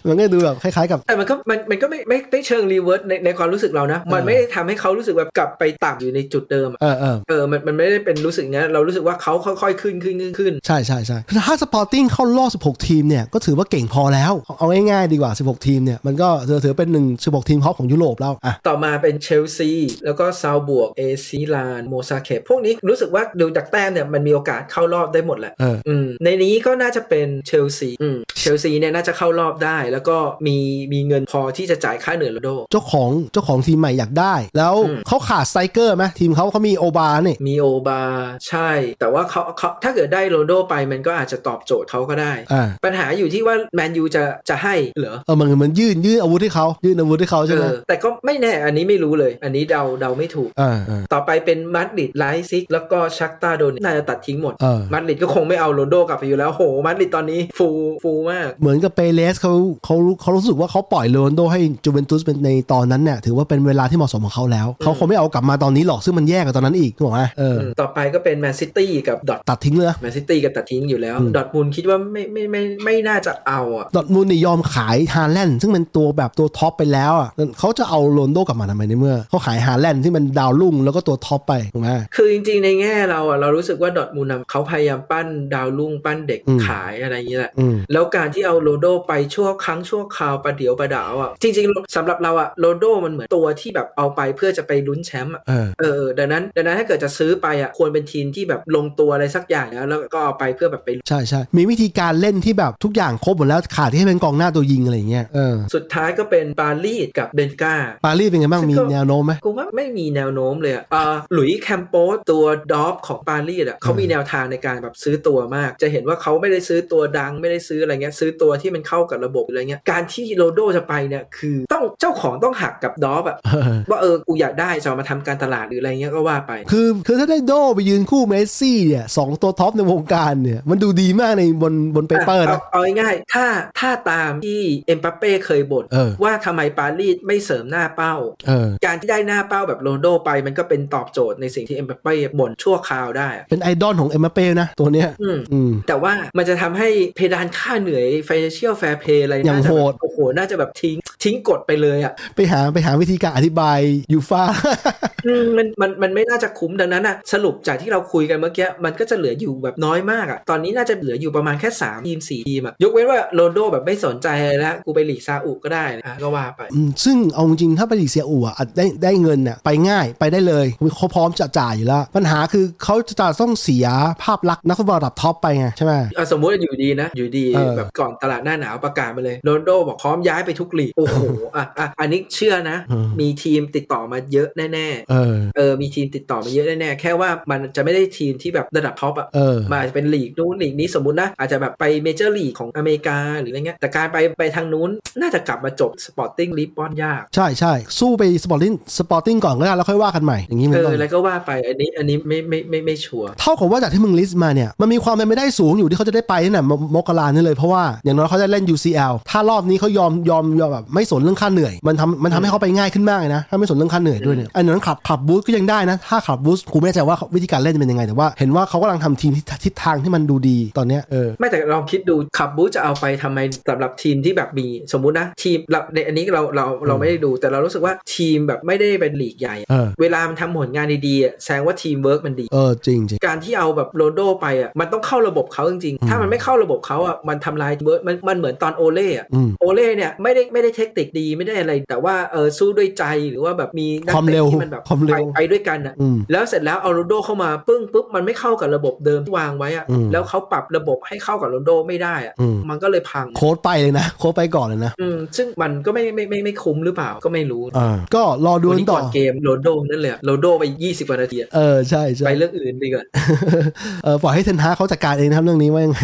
S1: มันก็ดูแบบคล้ายๆกับ
S2: แต่มันก็มันมันก็ไม่ไม่ไม่เชิงรีเวิร์สในในความรู้สึกเรานะ มัน
S1: เออ
S2: ไม่ได้ทำให้เขารู้สึกแบบกลับไปต่ำอยู่ในจุดเดิมอะ
S1: เออเออ
S2: เออมันมันไม่ได้เป็นรู้สึกอย่างนี้นเรารู้สึกว่าเขาค่อยๆขึ้นขึ้นขึ้นขึ้น
S1: ใช่ใช่ใช่ถ้าสปอร์ติ้งเข้ารอบ 16 ทีมเนี่ย ก็ถือว่าเก่งพอแล้ว เอาง่ายๆดีกว่า 16 ทีมเนี่ย มันก็ถือถือเป็นหนึ่ง16 ทีมท็อปของยุโรปแล้วอ่ะ
S2: ต่อมาเป็นเชลซี แล้วก็ซาวบวก เอซีลาน โมซาเคปพวกนี้รู้สึกว่าดูจากแต้มเนี่ยมันมีโอกาสเข้ารอบได้หมดแหละ
S1: เออ
S2: อืมในนี้ก็น่าจะเป็นเชลซีอืมเชลซีเนี่ยน่าจะเข้ารอบได้ แล้วก็มีมีเงินพอที่จะจ่ายค่าเหนื่อยโรนลโด
S1: เจ้าของเจ้าของทีมใหม่อยากได้ แล้ว
S2: อืม
S1: เขาขาดไซเกอร์ไหมทีมเขาเขามีโอบาเนี่ย
S2: มีโอบาใช่ แต่ว่าเขาเขาถ้าเกิดได้โรนลโดไปแม มันก็อาจจะตอบโจทย์เขาก็ได้
S1: อ่า
S2: ปัญหาอยู่ที่ว่าแมนยูจะจะให้เหรอ
S1: เออมันเหมือนยื่นยื่นอาวุธให้เขายื่นอาวุธให้เขา
S2: เอ
S1: ใช่ไหม
S2: อแต่ก็ไม่แน่อันนี้ไม่รู้เลย อันนี้เดาเดาไม่ถูก
S1: อ่าอ่า
S2: ต่อไปเป็นมาดริดไลฟ์ซิกแล้วก็ชักตาโดเนตน่าจะตัดทิ้งหมด
S1: เออ
S2: มาดริดก็คงไม่เอาโรนลโดกลับไปอยู่แล้วโหมาดริดตอนนี้ฟูฟูมาก
S1: เหมือนกับเปเลสเขาเขารู้เขารู้สึกว่าเขาปล่อยโรนลโดให้จูเวนตุสเป็นในตอนนั้นเนี่ยถือว่าเป็นเวลาที่เหมาะสมของเขาแล้ว เขาคงไม่เอากลับมาตอนนี้หรอกซึ่งมันแย่กว่าตอนนั้นอีกถูกไหมเอออ
S2: ต่อไปก็เป็นแมนซิตี้กับดอท
S1: ตัดทิ้งเลยนะ
S2: แมนซิตี้กับตัดทิ้งอยู่แล้ว
S1: อืม
S2: ดอทมูลคิดว่าไม่ไม่ไม่ไม่ไม่น่าจะเอาอ่ะ
S1: ดอร์ทมูลนี่ยอมขายฮาแลนด์ซึ่งเป็นตัวแบบตัวท็อปไปแล้วอ่ะเขาจะเอาโรนลโดกลับมาทำไมในเมื่อเขาขายฮาแลนด์ที่มันดาวรุ่งแล้วก็ตัวท็อปไปถูกไหม
S2: คือจริงๆในแง่เราอ่ะเรารู้สึกว่าดอทมูลนะเขาพยายามปั้นดาวรุ่งปั้นเด็ก
S1: อืม
S2: ขายอะไรอย่างเงี้ยแหละ
S1: อืม
S2: แล้วการที่เอาโรโดไปชั่วครั้งชั่วคราวประเดี๋ยวประดาวอ่ะจริงๆสำหรับเราอ่ะโรโดมันเหมือนตัวที่แบบเอาไปเพื่อจะไปลุ้นแชมป์อะ
S1: เออ
S2: เออดังนั้นดังนั้นถ้าเกิดจะซื้อไปอ่ะควรเป็นทีมที่แบบลงตัวอะไรสักอย่างแล้วแล้วก็เอาไปเพื่อแบบไป
S1: ใช่ใช่มีวิธีการเล่นที่แบบทุกอย่างครบหมดแล้วขาดที่ให้เป็นกองหน้าตัวยิงอะไรอย่างเงี้ยเออ
S2: สุดท้ายก็เป็นปารีสกับเบนกา
S1: ปารีสเป็นไงบ้าง
S2: ซึ่ง
S1: มี
S2: ก็
S1: แนวโน้มไหม
S2: กูว่าไม่มีแนวโน้มเลยอ่ะอ่าหลุยส์แคมโปสตัวดอฟของปารีสอ่ะเขามีแนวทางในการแบบซื้อตัวมาก จะเห็นว่าเขาไม่ได้ซื้อตัวดังไม่ได้ซื้ออะไรเงี้ยซื้อตัวที่มันเข้ากับระบบอะไรเงี้ยการที่โรโดจะไปเนี่ยคือต้องเจ้าของต้องหักกับดอฟอ่ะว่าเออกูอยากได้จะเอามาทำการตลาดหรืออะไรเงี้ยก็ว่าไป
S1: คือคือถ้าได้โดไปยืนคู่เมสซี่เนี่ยสองตัวท็อปในวงการเนี่ย มันดูดีมากในบนบนเปเปอร์
S2: อ่ะ
S1: นะ
S2: เอาเอาง่ายๆ ถ้าถ้าตามที่เอ็มปัปเป้เคยบ่น
S1: เออ
S2: ว่าทำไมปารีสไม่เสริมหน้าเป้า
S1: เออ
S2: การที่ได้หน้าเป้าแบบโรนลโดไปมันก็เป็นตอบโจทย์ในสิ่งที่เอ็มปัปเป้บ่นชั่วคราวได้อะ
S1: เป็นไอดอลของเอ็มบัปเป้นะตัวเนี้ย
S2: อืม
S1: อืม
S2: แต่ว่ามันจะทำให้เพดานค่าเหนื่อย financial fair play อะไร
S1: อย่าง
S2: น่าจะ
S1: โห
S2: แบ
S1: ด
S2: บโอ้โห น่าจะแบบทิ้งทิ้งกฎไปเลยอ่ะ
S1: ไปหาไปหาวิธีการอธิบายยูฟ่า
S2: อืมมันมันมันไม่น่าจะคุ้มดังนั้นอ่ะสรุปจากที่เราคุยกันเมื่อกี้มันก็จะเหลืออยู่แบบน้อยมากอ่ะตอนนี้น่าจะเหลืออยู่ประมาณแค่3ทีม4ทีมอ่ะยกเว้นว่าโรนลโดแบบไม่สนใจอะไรแล้วกูไปหลีกซาอุก็ได้นะอ่ะก็ว่าไป
S1: อืมซึ่งเอาจริงๆถ้าไปลีกเซียอูอ่ะอาจได้ได้เงินน่ะไปง่ายไปได้เลยเขาพร้อมจะจ่ายอยู่แล้ว ปัญหาคือเขาจะต้องเสียภาพลักษณ์นักฟุตบอลระดับท็อปไปไงใช่ไหม
S2: อ่ะสมมุติอยู่ดีนะ อยู่ดี
S1: เออ
S2: แบบก่อนตลาดหน้าหนาวประกาศมาเลยโรนลโดบอกพร้อมย้ายไปทุกลีกโอ้โห อ่ะอ่ะอันนี้เชื่อนะ มีทีมติดต่อมาเยอะแน่
S1: เออ
S2: ๆเออมีทีมติดต่อมาเยอะแน่ๆแค่ว่ามันจะไม่ได้ทีมที่แบบระดับท็อปอ่ะ
S1: เออ
S2: มันอาจจะเป็นลีกนู้นลีกนี้สมมุตินะ อาจจะแบบไปเมเจอร์ลีกของอเมริกาหรืออะไรเงี้ยแต่การไปไปทางนู้นน่าจะกลับมาจบสปอร์ติ้งลีปอนยาก
S1: ใช่ใช่สู้ไปสปอร์ติ้งสปอร์ติ้งก่อนก็ได้แล้วค่อยว่ากันใหม่อย่างนี้มั
S2: เอน
S1: ต้
S2: อ
S1: อง
S2: แล้วก็ว่าไปอันนี้อันนี้ไม่ไม่ไม่ไม่ชัวร์
S1: เท่ากับว่าจากที่มึงลิสต์มาเนี่ยมันมีความเป็นไปได้สูงอยู่ที่เขาจะได้ไปนั่นแหละมมกรานี่เลยเพราะว่าอย่างน้อยเขาได้เล่น UCL ถ้ารอบนี้เขายอมยอมยอมแบบไม่สนเรื่องค่าเหนื่อย มันทำมันทำให้เขาไปง่ายขึ้นมากเลยนะ ถ้าไม่สนเรื่องค่าเหนื่อยด้วยเนี่ยอันนั้นขับขับบูธก็ยังได้นะ ถ้าขับบูธกูไม่แน่ใจว่าวิธีการเล่นจะเป็นยังไง แต่ว่าเห็นว่าเขากำลังทำทีมที่ทิศทางที่มันดูดีตอนเนี้ยเออ
S2: ไม่แต่ลองคิดดูขับบูธจะเอาไปทำไมสำหรับทีมที่แบบมีสมมุตินะ ทีมเราในอันนี้เราเราเราไม่ได้ดู แต่เรารู้สึกว่าทีมแบบไม่ได้เป็นลีกใหญ่อะ
S1: เออ
S2: เวลามันทำผลงานดีๆอะแสดงว่าทีมเวิร์กมันดี
S1: เออจริงจริง
S2: การที่เอาแบบโรนลโดไปอ่ะมันต้องเข้าระบบเขาจริงๆ ถ้ามันไม่เข้าระบบเขาอ่ะมันทำลายเวิร์กมันมันเหมือนตอนโอเล่อะ
S1: อืม
S2: โอเล่เนี่ยไม่ได้ไม่ได้เทคนิคดีไม่ได้อะไร แต่ว่าเออสู้ด้วยใจหรือว่าแบบมีนัก
S1: ความเร็
S2: เตะ
S1: ว
S2: ที่มันแบบ
S1: ความเร็ว
S2: ไปไปด้วยกันอ่ะ
S1: อืม
S2: แล้วเสร็จแล้วเอาโรนลโดเข้ามาปึ้งปุ๊บมันไม่เข้ากับระบบเดิมที่วางไว้อะ
S1: อืม
S2: แล้วเขาปรับระบบให้เข้ากับโรนลโดไม่ได้อะ
S1: อืม
S2: มันก็เลยพัง
S1: โค้ดไปเลยนะ โค้ดไปก่อนเลยนะ
S2: อืมซึ่งมันก็ไม่ไม่ไม่ไม่คุ้มหรือเปล่าก็ไม่รู้
S1: อ่าก็รอดู
S2: วัน
S1: กั
S2: นี้
S1: นต่
S2: ก่
S1: อ
S2: อนเกมโรนลโดนั่นเลยอะโรนลโดไป 20กว่านาทีอะ
S1: เออใช่ใช่
S2: ไปเรื่องอื่นดีกว่า
S1: เออปล่อยให้เทนฮากเขาจัดการเองนะครับเรื่องนี้ว่ายัง ไง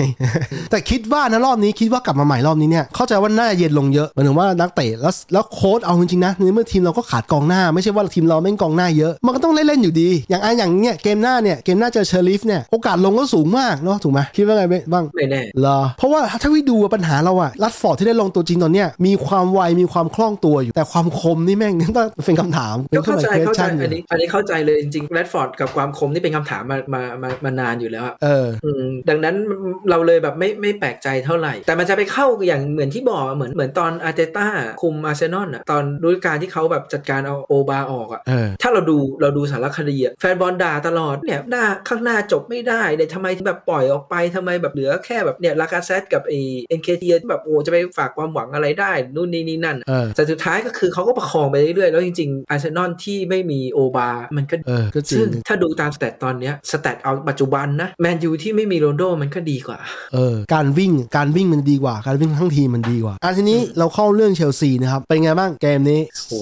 S1: แต่คิดว่านะรอบนี้คิดว่ากลับมาใหม่รอบนี้เนี่ยเข้าใจว่าน่าจะเย็นลงเยอะหมายถึงว่านักเตะแล้วแล้วโค้ชเอาจริงๆนะในเมื่อทีมเราก็ขาดกองหน้า ไม่ใช่ว่าทีมเราไม่งกองหน้าเยอะมันก็ต้องเล่นๆอยู่ดี อย่างอันอย่างเนี้ยเกมหน้าเนี่ยเกมหน้าเจอเชอริฟเนี่ยโอกาสลงก็สูงมากเนาะถูกไหมคิดว่าไงบ้าง
S2: ไม่แน่
S1: เหรอเพราะว่าถ้าวิดูปัญหาเราอะรัดฟอร์ดที่ได้ลงตัวจริงตอนเนี้ยมีความไวมีความคล่องตัวอยู่ แต่ความคมนี่แม่ง ต้องเป็นคำถามป็
S2: ก็
S1: น
S2: เข้าใจ
S1: question
S2: เข้าใจ
S1: ยู่
S2: อันนี้อันนี้เข้าใจเลยจริงๆแรดฟอร์ดกับความคมนี่เป็นคำถามมามามามานานอยู่แล้วอะ
S1: เออ
S2: อืมดังนั้นเราเลยแบบไม่ไม่แปลกใจเท่าไหร่ แต่มันจะไปเข้าอย่างเหมือนที่บอกอะเหมือนเหมือนตอนอาร์เตต้าคุมอาร์เซนอลอะตอนฤดูกาลที่เขาแบบจัดการเอาโอบาออกอะ
S1: เออ
S2: ถ้าเราดูเราดูสารคดีอะแฟนบอลด่าตลอดเนี่ยหน้าข้างหน้าจบไม่ได้เนี่ยทำไมถึงแบบปล่อยออกไปทำไมแบบเหลือแค่แบบเนี่ยลากาเซตกับไอเอ็นเคทีแบบโอ้จะไปฝากความหวังอะไรได้ นู่นนี่นี่นั่น
S1: เออ
S2: แต่สุดท้ายก็คือเขาก็ประคองไปเรื่อยๆ แล้วจริงๆอาร์เซนอลที่ไม่มีโอบา มันก็
S1: เออก็จริ
S2: ซึ่ง
S1: ง
S2: ถ้าดูตามสเตตตอนเนี้ยสเตตเอาปัจจุบันนะแมนยูที่ไม่มีโรนลโดมันก็ดีกว่า
S1: เออการวิ่งการวิ่งมันดีกว่า การวิ่งทั้งทีมมันดีกว่าอ่ะทีนี้เราเข้าเรื่องเชลซีนะครับ เป็นไงบ้างเกมนี้
S2: โอ้โห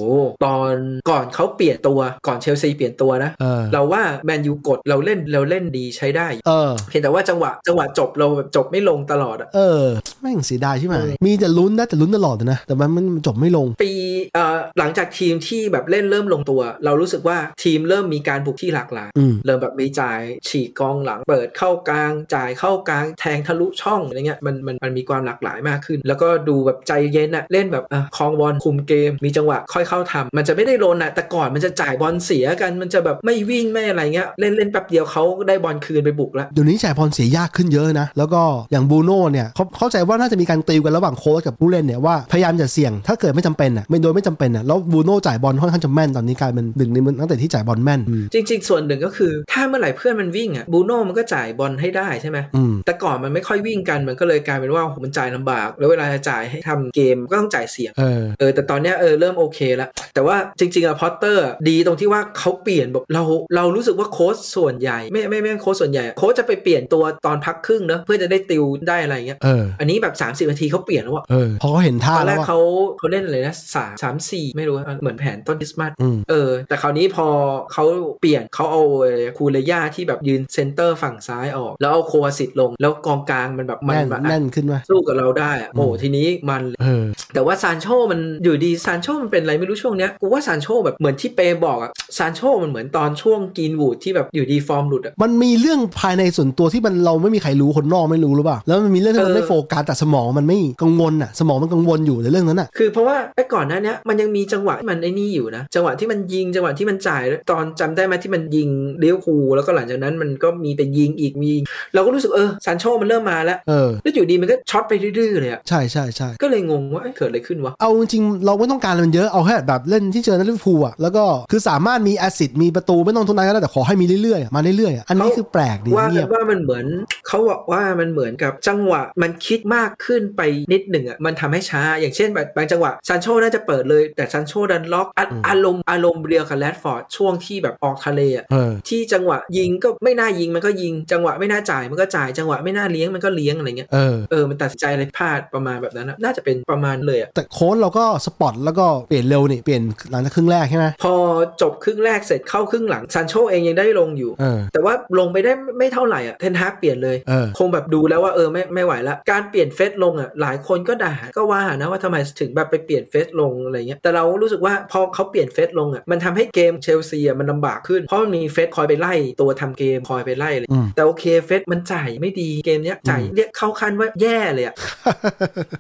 S2: ตอนก่อนเขาเปลี่ยนตัว ก่อนเชลซีเปลี่ยนตัวนะ
S1: เออ
S2: เราว่าแมนยูกดเราเล่นเราเล่นดีใช้ได้
S1: เออ
S2: เพียงแต่ว่าจังหวะจังหวะจบเราแบบจบไม่ลงตลอดอะ
S1: เออแม่งเสียดายใช่ไหมมีแต่ลุ้นนะแต่ลุ้นตลอดเลยนะ แต่มันมันจบไม่ลง
S2: ปีเอ่อหลังจากทีมที่แบบเล่นเริ่มลงตัว เรารู้สึกว่าทีมเริ่มมีการบุกที่หลากหลาย
S1: อืม
S2: เริ่มแบบมีจ่ายฉีกกองหลัง เปิดเข้ากลาง จ่ายเข้ากลางแทงทะลุช่องอะไรเงี้ยมันมันมันมีความหลากหลายมากขึ้น แล้วก็ดูแบบใจเย็นอะเล่นแบบอ่ะคลองบอลคุมเกม มีจังหวะค่อยเข้าทำมันจะไม่ได้โลนอะแต่ก่อนมันจะจ่ายบอลเสียกันมันจะแบบไม่วิ่งไม่อะไรเงี้ยเล่นเล่นแป๊บเดียวเขาได้บอลคืนไปบุกละ
S1: เดี๋ยวนี้จ่ายพรเสียยากขึ้นเยอะนะ แล้วก็อย่างบรูโน่เนี่ยเขาเข้าใจว่าน่าจะมีการติวกันระหว่างโค้ชกับผู้เล่นเนี่ยว่าพยายามจะเสี่ยงถ้าเกิดไม่จำเป็นอ่ะไม่โดยไม่จำเป็นอ่ะแล้วบรูโน่จ่ายบอลค่อนข้างจะแม่นตอนนี้กลายเป็นหนึ่งในนักเตะที่จ่ายบอลแม่น อืม
S2: จริง ๆ ส่วนหนึ่งก็คือถ้าเมื่อไหร่เพื่อนมันวิ่งอะบูโน่มันก็จ่ายบอลให้ได้ใช่ไหม
S1: อืม
S2: แต่ก่อนมันไม่ค่อยวิ่งกันมันก็เลยกลายเป็นว่าโอ้โหมันจ่ายลำบาก แล้วเวลาจะจ่ายให้ทำเกมก็ต้องจ่ายเสียง
S1: เออ
S2: เออแต่ตอนเนี้ยเออเริ่มโอเคแล้ว แต่ว่าจริงๆอะพอตเตอร์ดีตรงที่ว่าเขาเปลี่ยนแบบเราเรารู้สึกว่าโค้ชส่วนใหญ่ ไม่ไม่ไม่ใช่โค้ชส่วนใหญ่อะโค้ชจะไปเปลี่ยนตัวตอนพักครึ่งเนอะเพื่อจะได้ติวได้อะไรเงี้ย
S1: เออ
S2: อันนี้แบบ 30นาทีเขาเปลี่ยนแล้วอะ
S1: เออ พอเขาเห็นท่า
S2: ตอนแร
S1: แล้ว
S2: ก
S1: อะ
S2: เขาเขาเล่นอะไรนะสามสามสี่ไม่รู้อะเหมือนแผนต้นคริสต์มาส
S1: อืม
S2: เออแต่คราวนี้พอเขาเปลี่ยนเขาเอาคูเลย่าที่แบบยืนเซนเตอร์ฝั่งซ้ายออก แล้วเอาโควาสิตลง แล้วกองกลางมันแบบมัน
S1: แน่น
S2: แบบ
S1: แน่นขึ้นว่ะ
S2: สู้กับเราได้อะโอ้โหทีนี้มันเลย
S1: เออ
S2: แต่ว่าซานโชมันอยู่ดีซานโชมันเป็นอะไรไม่รู้ช่วงเนี้ยกูว่าซานโชแบบเหมือนที่เปบอกอะซานโชมันเหมือนตอนช่วงกรีนวูดที่แบบอยู่ดีฟอร์มหลุดอะ
S1: มันมีเรื่องภายในส่วนตัวที่มันเราไม่มีใครรู้คนนอกไม่รู้หรือเปล่า แล้วมันมีเรื่องที่มัน
S2: เออ
S1: ไม่โฟกัสแต่สมองมันไม่กังวลอ่ะ สมองมันกังวลอยู่ในเรื่องนั้นอ่ะ
S2: คือเพราะว่าไอ้ก่อนหน้าเนี้ยมันยังมีจังหวะที่มันไอ้นี่อยู่นะ จังหวะที่มันยิงจังหวะที่มันจ่ายตอนจำได้ไหมที่มันยิงเลี้ยวคูลแล้วก็หลังจากนั้นมันก็มีไปยิงอีกมี เราก็รู้สึกเออซานโชมันเริ่มมาแล้ว
S1: เออ
S2: แล้วอยู่ดีมันก็ช็อตไปดื้อๆเลยอะ
S1: ใช่ใช่ใช่
S2: ก็เลยงงว่าเอ้ยเกิดอะไรขึ้นวะ
S1: เอาจริงๆเราไม่ต้องการอะไรมันเยอะ เอาแค่แบบเล่นที่เจอในลิเวอร์พูลอ่ะ แล้วก็คือสามารถมีแอสซิดมีประตูไม่ต้องทุนนัดก็ได้แต่ขอให้มีเรื่อยๆอะมาเรื่อยๆอะอันนี้
S2: เขา
S1: คือแปลกดี
S2: ว่า
S1: เงียบ
S2: ว่ามันเหมือนเขาบอกว่ามันเหมือนกับจังหวะมันคิดมากขึ้นไปนิดหนึ่งอ่ะมันทำให้ช้า อย่างเช่นแบบบางจังหวะซานโชน่าจะเปิดเลยแต่ซานโชดันล็อกอะ
S1: อืม
S2: อารมณ์อารมณ์เรียวกับแรดฟอร์ดช่วงที่แบบออกทะเลอ่ะ
S1: เออ
S2: ที่จังหวะยิงก็ไม่น่ายิงมันก็ยิง จังหวะไม่น่าจ่ายมันก็จ่าย จังหวะไม่น่าเลี้ยงมันก็เลี้ยงอะไรเงี้ย
S1: เออ
S2: เออมันตัดสินใจอะไรพลาดประมาณแบบนั้นนะน่าจะเป็นประมาณเลยอะ
S1: แต่โค้ชเราก็สปอตแล้วก็เปลี่ยนเร็วนี่เปลี่ยนหลังจากครึ่งแรกใช่ไหม
S2: พอจบครึ่งแรกเสร็จเข้าครึ่งหลังซานโชเองยังได้ลงอยู่
S1: เออ
S2: แต่ว่าลงไปได้ไม่เท่าไหร่อ่ะเทนฮากเปลี่ยนเลย
S1: เออ
S2: คงแบบดูแล้วว่าเออไม่ไม่ไหวละการเปลี่ยนเฟซลงอ่ะหลายคนก็ด่าก็ว่านะว่าทำไมถึงแบบไปเปลี่ยนเฟซลงอะไรเงี้ยแต่เรารู้สึกว่าพอเขาเปลี่ยนเฟซลงอ่ะมันทำให้เกมเชลซีอ่ะมันลำบากขึ้นเพราะมันมีเฟซคอยไปไล่ตัวทำเกมคอยไปไล่เลย
S1: อืม
S2: แต่โอเคเฟสมันจ่ายไม่ดีเกมเนี้ยจ่ายเรียกเข้าคันว่าแย่เลยอะ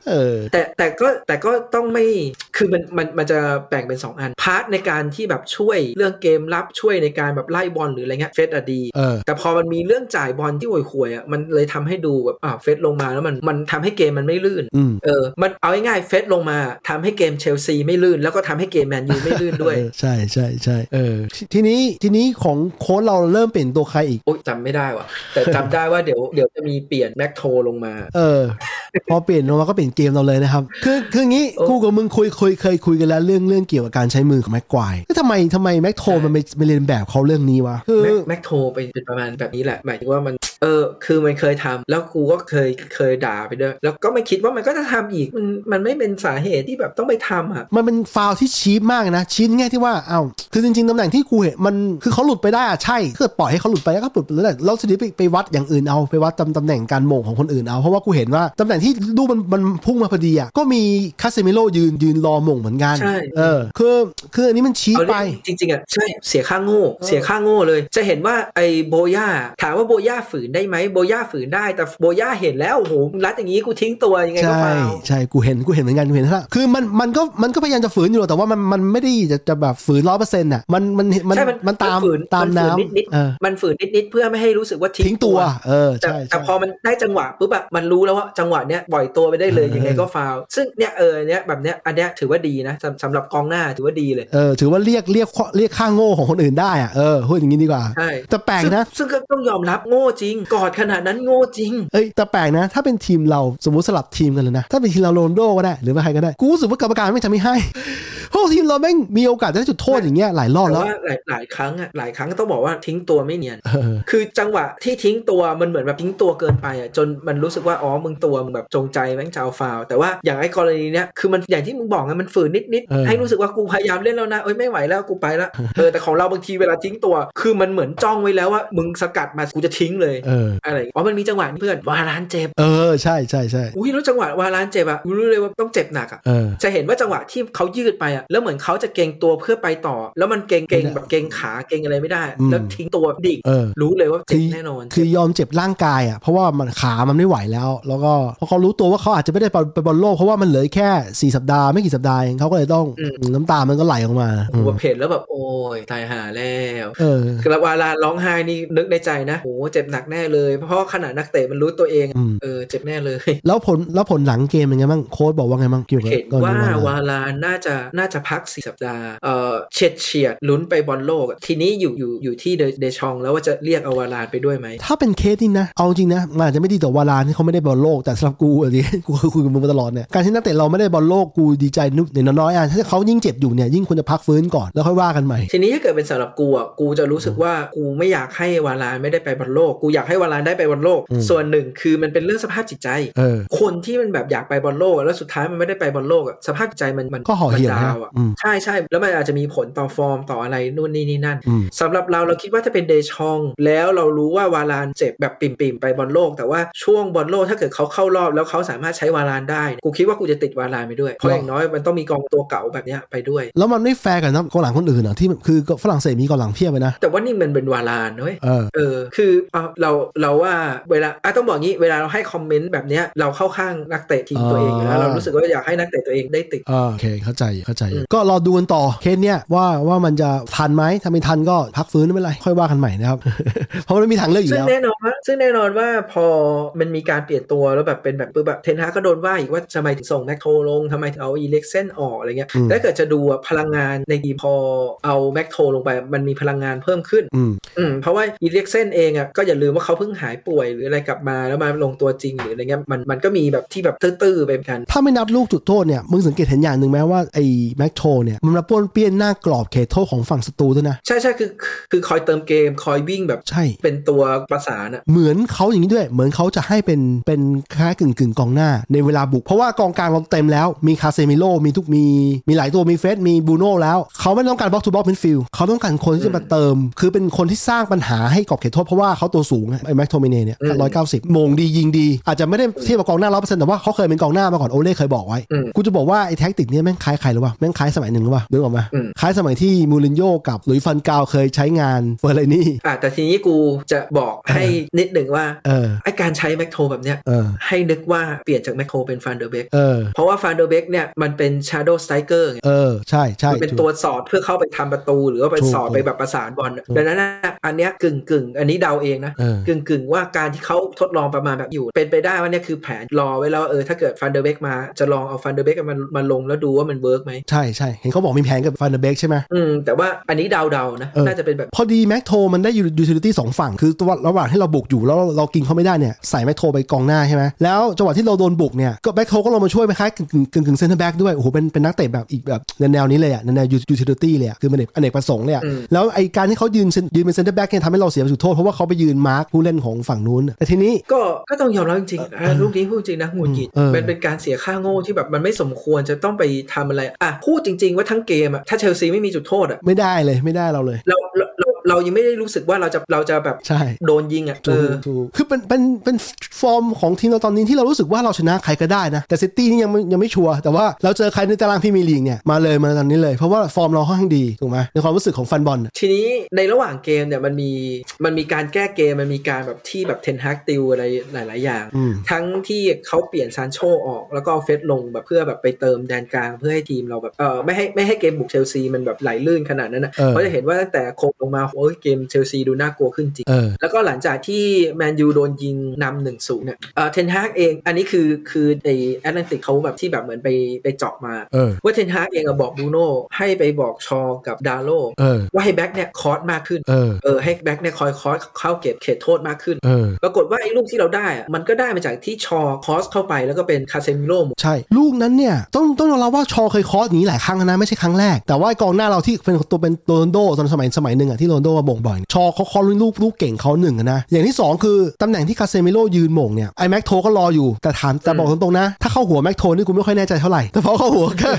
S1: เออ
S2: แต่แต่ก็แต่ก็ต้องไม่คือมันมันมันจะแบ่งเป็น 2 อันพาร์ทในการที่แบบช่วยเรื่องเกมรับช่วยในการแบบไล่บอลหรืออะไรเงี้ยเฟสอะดี
S1: เออ
S2: แต่พอมันมีเรื่องจ่ายบอลที่ห่วยๆอ่ะมันเลยทำให้ดูแบบอ่าวเฟสลงมาแล้วมันมันทำให้เกมมันไม่ลื่น
S1: อืม
S2: เออมันเอาง่ายๆเฟสลงมาทำให้เกมเชลซีไม่ลื่น แล้วก็ทำให้เกมแมนยูไม่ลื่นด้วย
S1: เออใช่ใช่ใช่เออทีทีนี้ทีนี้ของโค้ชเราเริ่มเปลี่ยนตัวใครอีก
S2: โอ๊ยจำไม่ได้ว่ะแต่จำได้ว่าเดี๋ยวเดี๋ยวจะมีเปลี่ยนแม็กโทลงมา
S1: เอ อ พอเปลี่ยนลงมาก็เปลี่ยนเกมเราเลยนะครับ คือคืองี้
S2: โอ้
S1: กูกับมึงคุยคุยเคยคุยกันแล้วเรื่องเรื่องเกี่ยวกับการใช้มือของแม็กควายแล้วทำไมทำไมแม็กโทมันไม่ไม่เรียนแบบเขาเรื่องนี้วะคือ
S2: แม็กแม็กโทรไปเป็นประมาณแบบนี้แหละ หมายถึงว่ามัน เออ คือมันเคยทำแล้วกูก็เคยเคยด่าไปด้วย แล้วก็ไม่คิดว่ามันก็จะทำอีก มันมันไม่เป็นสาเหตุที่แบบต้องไปทำอ่ะ
S1: มันเป็นฟาวล์ที่ชี้มากนะชี้แง่ที่ว่าเอ้าวคือจริงๆตำแหน่งที่กูเห็นมันคือเขาหลุดไปได้อะใช่คือปล่อยให้เขาหลุดไปแล้วก็หลุดไปแล้วเราทีนี้ไปไปวัดอย่างอื่นเอาไปวัดตำตำแหน่งการโมงของคนอื่นเอาเพราะว่ากูเห็นว่าตำแหน่งที่ลูกมันมันพุ่งมาพอดีอ่ะก็มีคาเซมิโลยืนยืนรอโมงเหมือนกัน
S2: ใช่
S1: เออ คือคืออันนี้มันชี้
S2: เอา
S1: ไป
S2: เรื่องจริงๆอ่ะใช่เสียค่าโง่ เสียค่าโง่เลย จะเห็นว่าไอ้โบย่าถามว่าโบย่าฝืนได้ไหมโบย่าฝืนได้ แต่โบย่าเห็นแล้วโอ้โหมึงรัดอย่างนี้กูทิ้งตัวยังไงก็
S1: ใช่
S2: ฟาว
S1: ใช่กูเห็นกูเห็นเหมือนกันกูเห็นท่าคือมันมันก็มันก็พยายามจะฝืนอยู่หรอกแต่ว่ามันมันไม่ได้จะจะแบบฝืนร้อยเปอร์เซ็นต์อ่ะมันมันมัน
S2: ใช่มัน
S1: มันตาม
S2: ฝืน
S1: ตามน้
S2: ฝืนิด
S1: ำเออ
S2: ๆมันฝืนนิดๆเพื่อไม่ให้รู้สึกว่า
S1: ทิ้งตัว เออ
S2: แต่
S1: ใช่
S2: แต่
S1: ใช่
S2: พอมันได้จังหวะปุ๊บอะมันรู้แล้วว่าจังหวะเนี้ยปล่อยตัวไปได้เลย
S1: เออ
S2: ยังไงก็ฟาวล์ซึ่งเนี่ยเออเนี้ยแบบเนี้ยอันเนี้ยถือว่าดีนะสำสำหรับกองหน้าถือว่าดีเลย
S1: เออถือว่าเรียกเรียกข้อเรียกค่าโง่ของคนอื่นได้อ่ะเออพูดอย่างนี้ดีกว่า
S2: ใช่
S1: แต่แปลก
S2: ซึ่ง
S1: นะ
S2: ซึ่งก็ต้องยอมรับโง่จริง กอดขนาดนั้นโง่จริง
S1: เอ้ยแต่แปลกนะ ถ้าเป็นทีมเราสมมติสลับทีมกันเลยนะ ถ้าเป็นทีมเราโรนลโดก็ได้ หรือว่าใครก็ได้ กูรู้สึกว่ากรรมการไม่ทำไม่ให้โห กทีมเราแม่งมีโอกาสได้จุดโทษอย่างเงี้ยหลายรอบ
S2: แต่
S1: แล้ว
S2: ว่าหลายหลายครั้งอ่ะหลายครั้งต้องบอกว่าทิ้งตัวไม่เนียน
S1: เออ
S2: คือจังหวะที่ทิ้งตัวมันเหมือนแบบทิ้งตัวเกินไปอ่ะจนมันรู้สึกว่าอ๋อมึงตัวมึงแบบจงใจแม่งจะเอาฟาวล์แต่ว่าอย่างไอ้กรณีเนี้ยคือมันอย่างที่มึงบอกไงมันฝืนนิด
S1: เออ
S2: ๆให้รู้สึกว่ากูพยายามเล่นแล้วนะเอ้ยไม่ไหวแล้วกูไปละเออแต่ของเราบางทีเวลาทิ้งตัว คือมันเหมือนจ้องไว้แล้วว่ามึงสกัดมากูจะทิ้งเลย
S1: เออ
S2: อะไรอ๋อมันมีจังหวะเพื่อนวาลานเจ็บ
S1: เออใช่ใช่ใช่
S2: อุ้ยแล้วจังหวะวาลานเจ็บอ่ะกูรู้เลยว่าต้องเจ็บหนักอ่ะ
S1: เออ
S2: จะเห็นว่าจังหวะที่เขายืดไปอ่ะแล้วเหมือนเขาจะเกรงตัวเพื่อไปต่อ แล้วมันเกรงเกรงแบบเกรงขาเกรงอะไรไม่ได้
S1: อืม
S2: แล้วทิ้งตัวดิ่ง
S1: เออ
S2: รู้เลยว่าเจ็บ
S1: คือ
S2: แน่นอน
S1: คือยอมเจ็บร่างกายอ่ะเพราะว่ามันขามันไม่ไหวแล้ว แล้วก็เพราะเขารู้ตัวว่าเขาอาจจะไม่ได้ไปไปบอลโลกเพราะว่ามันเหลือแค่ 4 สัปดาห์ไม่กี่สัปดาห์เองเขาก็เลยต้องน้ำตามันก็ไหลออกมาอืม
S2: หัวเพจแล้วแบบโอ้ยตายหาแล้ว
S1: เออ
S2: กระวาลาร้องไห้นี่นึกในใจนะโอ้เจ็บหนักแน่เลยเพราะขนาดนักเตะมันรู้ตัวเองอะ
S1: อืม
S2: เออเจ็บแน่เลย
S1: แล้วผลแล้วผลหลังเกมเป็นไงบ้างโค้ชบอกว่าไงบ้างเกี่ยวกับ
S2: เห็น
S1: ตอน
S2: ว่า
S1: นี้
S2: วาลานน่าจะน่าจะพักสี่สัปดาห์เอ่อเฉียดเฉียดลุ้นไปบอลโลกอะทีนี้อยู่อยู่อยู่ที่เดเดชองแล้วว่าจะเรียกเอาวาลานไปด้วยไหม
S1: ถ้าเป็นเคสนี่นะ เอาจริงนะมันอาจจะไม่ดีต่อวาลานที่เขาไม่ได้บอลโลกแต่สำหรับกูอันนี้ กูเคยคุยกับมึงมาตลอดเนี่ยการที่นักเตะเราไม่ได้บอลโลกกูดีใจนุกเนี่ยน้อยๆอ่ะถ้าเขายิ่งเจ็บอยู่เนี่ยยิ่งควรจะพักฟื้นก่อนแล้วค่อยว่ากันใหม่
S2: ทีนี้ถ้าเกิดเป็นสำหรับกูอ่ะกูจะรู้สึกว่ากูไม่อยากให้วาลานไม่ได้ไปบอลโลก กูอยากให้วาลานได้ไปบอลโลก
S1: อืม
S2: ส่วนหนึ่งคือมันเป็นเรื่องสภาพจิตใจ
S1: เออ
S2: คนที่มันแบบอยากไปบอลโลกอะแล้วสุดท้ายมันไม่ได้ไปบอลโลกอะสภาพจิตใจมันมัน
S1: ก็ห่อเหี่ยว
S2: มัน
S1: นะ
S2: ดาวอ่ะ
S1: อืม
S2: ใช่ใช่แล้วมันอาจจะมีผลต่อฟอร์มต่ออะไรนู่นนี่นี่นั่น
S1: อืม
S2: สำหรับเราเราคิดว่าถ้าเป็นเดชอง แล้วเรารู้ว่าวาลานเจ็บแบบปิ่มๆไปบอลโลก แต่ว่าช่วงบอลโลกถ้าเกิดเขาเข้ารอบแล้วเขาสามารถใช้วาลานได้กูคิดว่ากูจะติดวาลานไปด้วยเพราะอย่างน้อยมันต้องมีกองตัวเก่าแบบเนี้ยไปด้วย
S1: แล้วมันไม่แฟร์กับนักกองหลังคนอื่นเหรอที่คือฝรั่งเศสมีกองหลังเพียบเลยนะ
S2: แต่ว่านี่มันเป็นวาลานเว้ย
S1: เออ
S2: เออคือเอาเราเราว่าเวลาอ่ะต้องบอกงี้เวลาเราให้คอมเมนต์แบบเนี้ยเราเข้าข้างนักเตะทีมตัวเองอยู่แล้
S1: อ่า
S2: วเรารู้สึกว่าอยากให้นักเตะตัวเองได้ติด
S1: อ่าโอเคเข้าใจเข้าใจ ก็รอดูกันต่อเคสเนี้ยว่าว่ามันจะทันไหมถ้าไม่ทันก็พักฟื้นไม่เป็นไรค่อยว่ากันใหม่นะครับ เพราะมันไม่มีทางเลือกอยู่
S2: ซึ่ง
S1: แล้ว
S2: แน่นอนว่าซึ่งแน่นอนว่าพอมันมีการเปลี่ยนตัวแล้วแบบเป็นแบบปึ๊บแบบเทนฮากก็โดนว่าอีกว่าทำไมถึงส่งแม็กโทลงทำไมถึงเอาอีเล็กเซนออกอะไรเงี้ย
S1: อืม
S2: แต่ถ้าเกิดจะดูอะพลังงานในทีมพอเอาแม็กโทลงไปมันมีพลังงานเพิ่มขึ้น
S1: อืม
S2: อืมเพราะว่าอีเล็กเซนเองอ่ะก็อย่าลืมว่าเขาเพิ่งหายป่วยหรืออะไรกลับมาแล้วมาลงตัวจริงหรืออะไรเงี้ยมันมันก็มีแบบที่แบบตื้อๆไปเหมือนกัน
S1: ถ้าไม่นับลูกจุดโทษเนี่ยมึงสังเกตเห็นอย่างหนึ่งไหมว่าไอ้แม็กโทเนี่ยมันมาป้วนเปี้ยนหน้ากรอบเขตโทษของฝั่งศัตรูด้วยนะ
S2: ใช่ใช่คือคือคอยเติมเกมคอยวิ่งแบบ
S1: ใช่
S2: เป็นตัวประสานอะ
S1: เหมือนเขาอย่างนี้ด้วย เหมือนเขาจะให้เป็นเป็นคล้ายกึ่งกึ่งๆกองหน้า ในเวลาบุก เพราะว่ากองกลางเราเต็มแล้วมีคาเซมิโลมีทุกมีมีหลายตัวมีเฟสมีบูโน่แล้ว เขาไม่ต้องการบล็อกทูบล็อกมินฟิลเขาต้องการคนที่จะมาเติม คือเป็นคนที่สร้างปัญหาให้กรอบเขตโทษเพราะว่าเขาตัวสูงไอ้แม็กโทมิเน่เนี่ยร้อยเก้าสิบมงดียิงดี อาจจะไม่ได้เทียบกับกองหน้าร้อยเปอร์เซ็นต์แต่ว่าเขาเคยเป็นกองหน้ามาก่อนโอเล่เคยบอกไว้
S2: อืม
S1: กูจะบอกว่าไอ้แท็กติกเนี่ยแม่งคล้ายใครหรือวะแม่งคล้ายสมัยหนึ่งหรือวะนึกออกมา
S2: อืม
S1: คล้ายสมัยที่มูรินโญ่กับหลุยส์ฟันกาลเคยใช้งานเฟอร์ไรนี่
S2: อ่ะแต่ทีนี้กูจะบอกให้นิดหนึ่งว่า
S1: เออ
S2: ไอการใช้แมคโทรแบบเนี้ย
S1: เออ
S2: ให้นึกว่าเปลี่ยนจากแมคโทรเป็นฟานเดอร์เบก
S1: เออ
S2: เพราะว่าฟานเดอร์เบกเนี่ยมันเป็นชาร์โดสไตรเกอร์ไง
S1: เออ ใช่ใช่
S2: มันเป็น
S1: ถูก
S2: ตัวสอดเพื่อเข้าไปทำประตู หรือว่าไป
S1: ถูก
S2: สอดไปแบบประสานบอลอะ
S1: ถูก
S2: ดังนั้นอะอันเนี้ยกึ่งกึ่งอันนี้เดาเองนะ
S1: เออ
S2: กึ่งกึ่งว่าการที่เขาทดลองประมาณแบบอยู่ เป็นไปได้ว่าเนี่ยคือแผนรอไว้แล้วว่าเออถ้าเกิดฟานเดอร์เบกมาจะลองเอาฟานเดอร์เบกมามาลงแล้วดูว่ามันเวิร์กไหม
S1: ใช่ใช่เห็นเขาบอกมีแผนกับฟันเดอร์เบกใช่ไหม
S2: อืมแต่ว่าอันนี้เดาๆนะ
S1: เออ
S2: น่าจะเป็นแบบ
S1: พอดีแม็กโทมันได้ยูทิลิตี้สองฝั่ง คือตัวระหว่างที่เราบุกอยู่แล้วเรากินเขาไม่ได้เนี่ย ใส่แม็กโทไปกองหน้าใช่ไหมแล้วจังหวะที่เราโดนบุกเนี่ยก็แม็กโทก็ลงมาช่วยไปคล้ายกึ่งกึ่งกึ่งเซนเตอร์แบ็กด้วย โอ้โหเป็นเป็นนักเตะแบบอีกแบบแนวๆนี้เลยอะแนวยูทิลิตี้เลยอะคือมันเอกอเนกประสงค์เลยอะ
S2: อืม
S1: แล้วไอการที่เขายืนเซ็นยืนเป็นเซนเตอร์แบ็กเนี่ยทำให้เราเสียประตูโทษเพราะว่าเขาไปยืนมาร์คผู้เล่นของฝั่งนู้นแต่ทีนี้
S2: ก็ก็ต้องยอมรับจริงๆอ่ะลูกนี้พูดจริงนะหงุดหงิด
S1: เออ
S2: มันเป็นการเสียค่าโง่ที่แบบมันไม่สมควรจะต้องไปทำอะไรอ่ะพูดจริง ๆ ว่าทั้งเกมอ่ะถ้าเชลซีไม่มีจุดโทษอ่ะ
S1: ไม่ได้เลยไม่ได้เราเลย
S2: เราเราเราเรายังไม่ได้รู้สึกว่าเราจะเราจะแบบ
S1: ใช่
S2: โดนยิงอ่ะเอ
S1: ถูก
S2: อ
S1: ถูกคือเป็นเป็นเป็นฟอร์มของทีมเราตอนนี้ที่เรารู้สึกว่าเราชนะใครก็ได้นะ แต่ซิตี้นี่ยังไม่ยังไม่ชัวร์แต่ว่าเราเจอใครในตารางพรีเมียร์ลีกเนี่ย มาเลยมาตอนนี้เลย เพราะว่าฟอร์มเราค่อนข้างดี ถูกไหมในความรู้สึกของแฟันบอลน่ะ
S2: ทีนี้ในระหว่างเกมเนี่ยมันมีมันมีการแก้เกมมันมีการแบบที่แบบเทนฮากติวอะไรหลาย ๆ อย่าง
S1: อืม
S2: ทั้งที่เขาเปลี่ยนซานโชออกแล้วก็เอาเฟสลงแบบเพื่อแบบไปเติมแดนกลางเพื่อให้ทีมเราแบบเออไม่ให้ไม่ให้เกมบุกเชลซีมันแบบไหลลื่นขนาดนั้นนะ
S1: เออ
S2: เพราะจะเห็นว่าตั้งแต่โคงลงมา โอ้ยเกมเชลซีดูน่ากลัวขึ้นจริง
S1: เออ
S2: แล้วก็หลังจากที่แมนยูโดนยิงนำหนึ่งศูนย์เนี่ยเอ่อเทนฮากเองอันนี้คือคือไอแอตแลนติกเขาแบบที่แบบเหมือนไปไปเจาะมา
S1: เออ
S2: ว่าเทนฮากเองอะบอกบรูโน่ให้ไปบอกชอกับดาโล
S1: เออ
S2: ว่าให้แบ็กเนี่ยคอร์สมากขึ้น
S1: เออ
S2: เออให้แบ็กเนี่ยคอยคอร์สเข้าเก็บเขตโทษมากขึ้น
S1: เออ
S2: ปรากฏว่าไอ้ลูกที่เราได้อะมันก็ได้มาจากที่ชอคอร์สเข้าไปแล้วก็เป็นคาเซมิโร่หมด
S1: ใช่ ลูกนั้นเนี่ย ต้องต้องยอมรับว่าชอเคยเคอสอย่างนี้หลายครั้งแล้วนะ ไม่ใช่ครั้งแรก แต่ว่ากองหน้าเราที่เป็นตัวเป็นโรนโดตอนสมัยสมัยหนึ่งอะที่โรนโดมาบ่งบ่อยเนี่ยชอเขาเคอลูกลูกเก่งเขาหนึ่งอะนะ อย่างที่สองคือตำแหน่งที่คาเซมิโลยืนหม่งเนี่ยไอแม็กโทก็รออยู่แต่ถามแต่บอกตรงๆนะ ถ้าเข้าหัวแม็กโทนี่กูไม่ค่อยแน่ใจเท่าไหร่แต่พอเข้าหัว แค่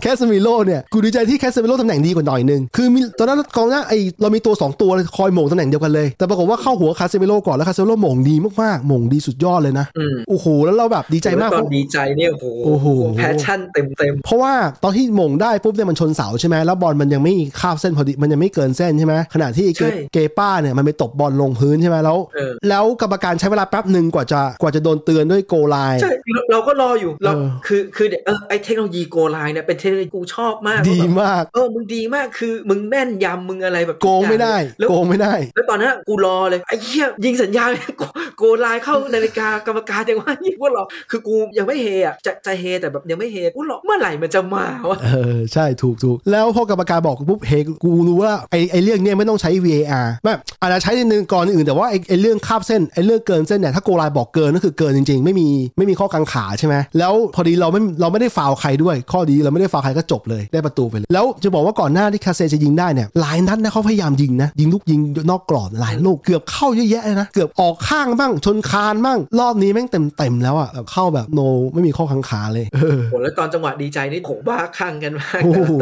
S1: แคสเซมิโลเนี่ยกูดีใจที่แคสเซมิโลตำแหน่งดีกว่าหน่อยนึงคือมีตอนนั้นกองหน้าไอเรามีตัวสองตัวเลยคอยหม่งตำแหน่งเดียวกันเลย แต่ปรากฏว่าเข้าหัวคาเซมิโลก่อนแล้วคาเซมิโลหม่งดีมากๆหม่งดีสุดยอดเลยนะ
S2: อืม
S1: โอ้โหแล้วเราแบบดีใจมาก
S2: ตอนดีใจเนี่ยโอ้โห
S1: โอ้โห
S2: แพชชั่นเต็มเต็ม
S1: เพราะว่าตอนที่หม่งได้ปุ๊บเนี่ยมันชนเสาใช่ไหมแล้วบอลมันยังไม่ข้ามเส้นพอดีมันยังไม่เกินเส้นใช่ไหมขณะที่เกเกป้าเนี่ยมันไปตบบอลลงพื้นใช่ไหมแล้ว
S2: ๆเออ
S1: แล้วกรรมการใช้เวลาแป๊บหนึ่งกว่าจะกว่าจะโดนเตือนด้วยโกลไลน์
S2: ใช่เราเราก็รออยู่เรา
S1: เออ
S2: คือคือเดี๋ยวเออไอเทคโนโลยีโกไลน์เนี่ยเป็นเทคโนโลยีกูชอบมาก
S1: ดี
S2: แบบ
S1: มาก
S2: เออมึงดีมากคือมึงแม่นยำมึงอะไรแบบ
S1: โกงไม่ได้
S2: แล้ว
S1: โกงไม่ได้
S2: แล้วตอนนั้นอะกูรอเลยไอ้เหี้ยยิงสัญญาณ โกโกไลน์เข้านาฬิกากรรมการยังว่า ยิงว่ารอคือกูยังไม่เฮอะจะจะเฮแต่แบบยังไม่เฮกูรอเมื่อไหร่มันจะมาวะ
S1: เออ ใช่ถูกถูกแล้วพอกรรมการบอกปุ๊บเฮกูรู้ว่าไอไอเรื่องเนี้ยไม่ต้องใช้ VAR แบบอาจจะใช้ในหนึ่งกรณีอื่นแต่ว่าไอไอเรื่องคาบเส้นไอเรื่องเกินเส้นเนี่ยถ้าโกไลบอกเกินก็คือเกินจริง ๆ ไม่มีไม่มีข้อกังขาใช่ไหมแล้วพอดีเราไม่เราไม่ได้ฟาวใครด้วย ข้อดีเราไม่ได้ฟาวใครก็จบเลยได้ประตูไปเลย แล้วจะบอกว่าก่อนหน้าที่คาเซจะยิงได้เนี่ยหลายนัดนะเขาพยายามยิงนะยิงลูกยิงนอกกรอบหลายลูกเกือบเข้าเยอะแยะเลยนะเกือบออกข้างบ้างชนคานบ้างรอบนี้แม่งเต็มเต็มๆแล้วอะแบบเข้าแบบโนไม่มีข้อกังขาเลยเออ
S2: โหแล้วตอนจังหวะดีใจนี่ผมบ้าคลั่งกันมาก
S1: โอ้โห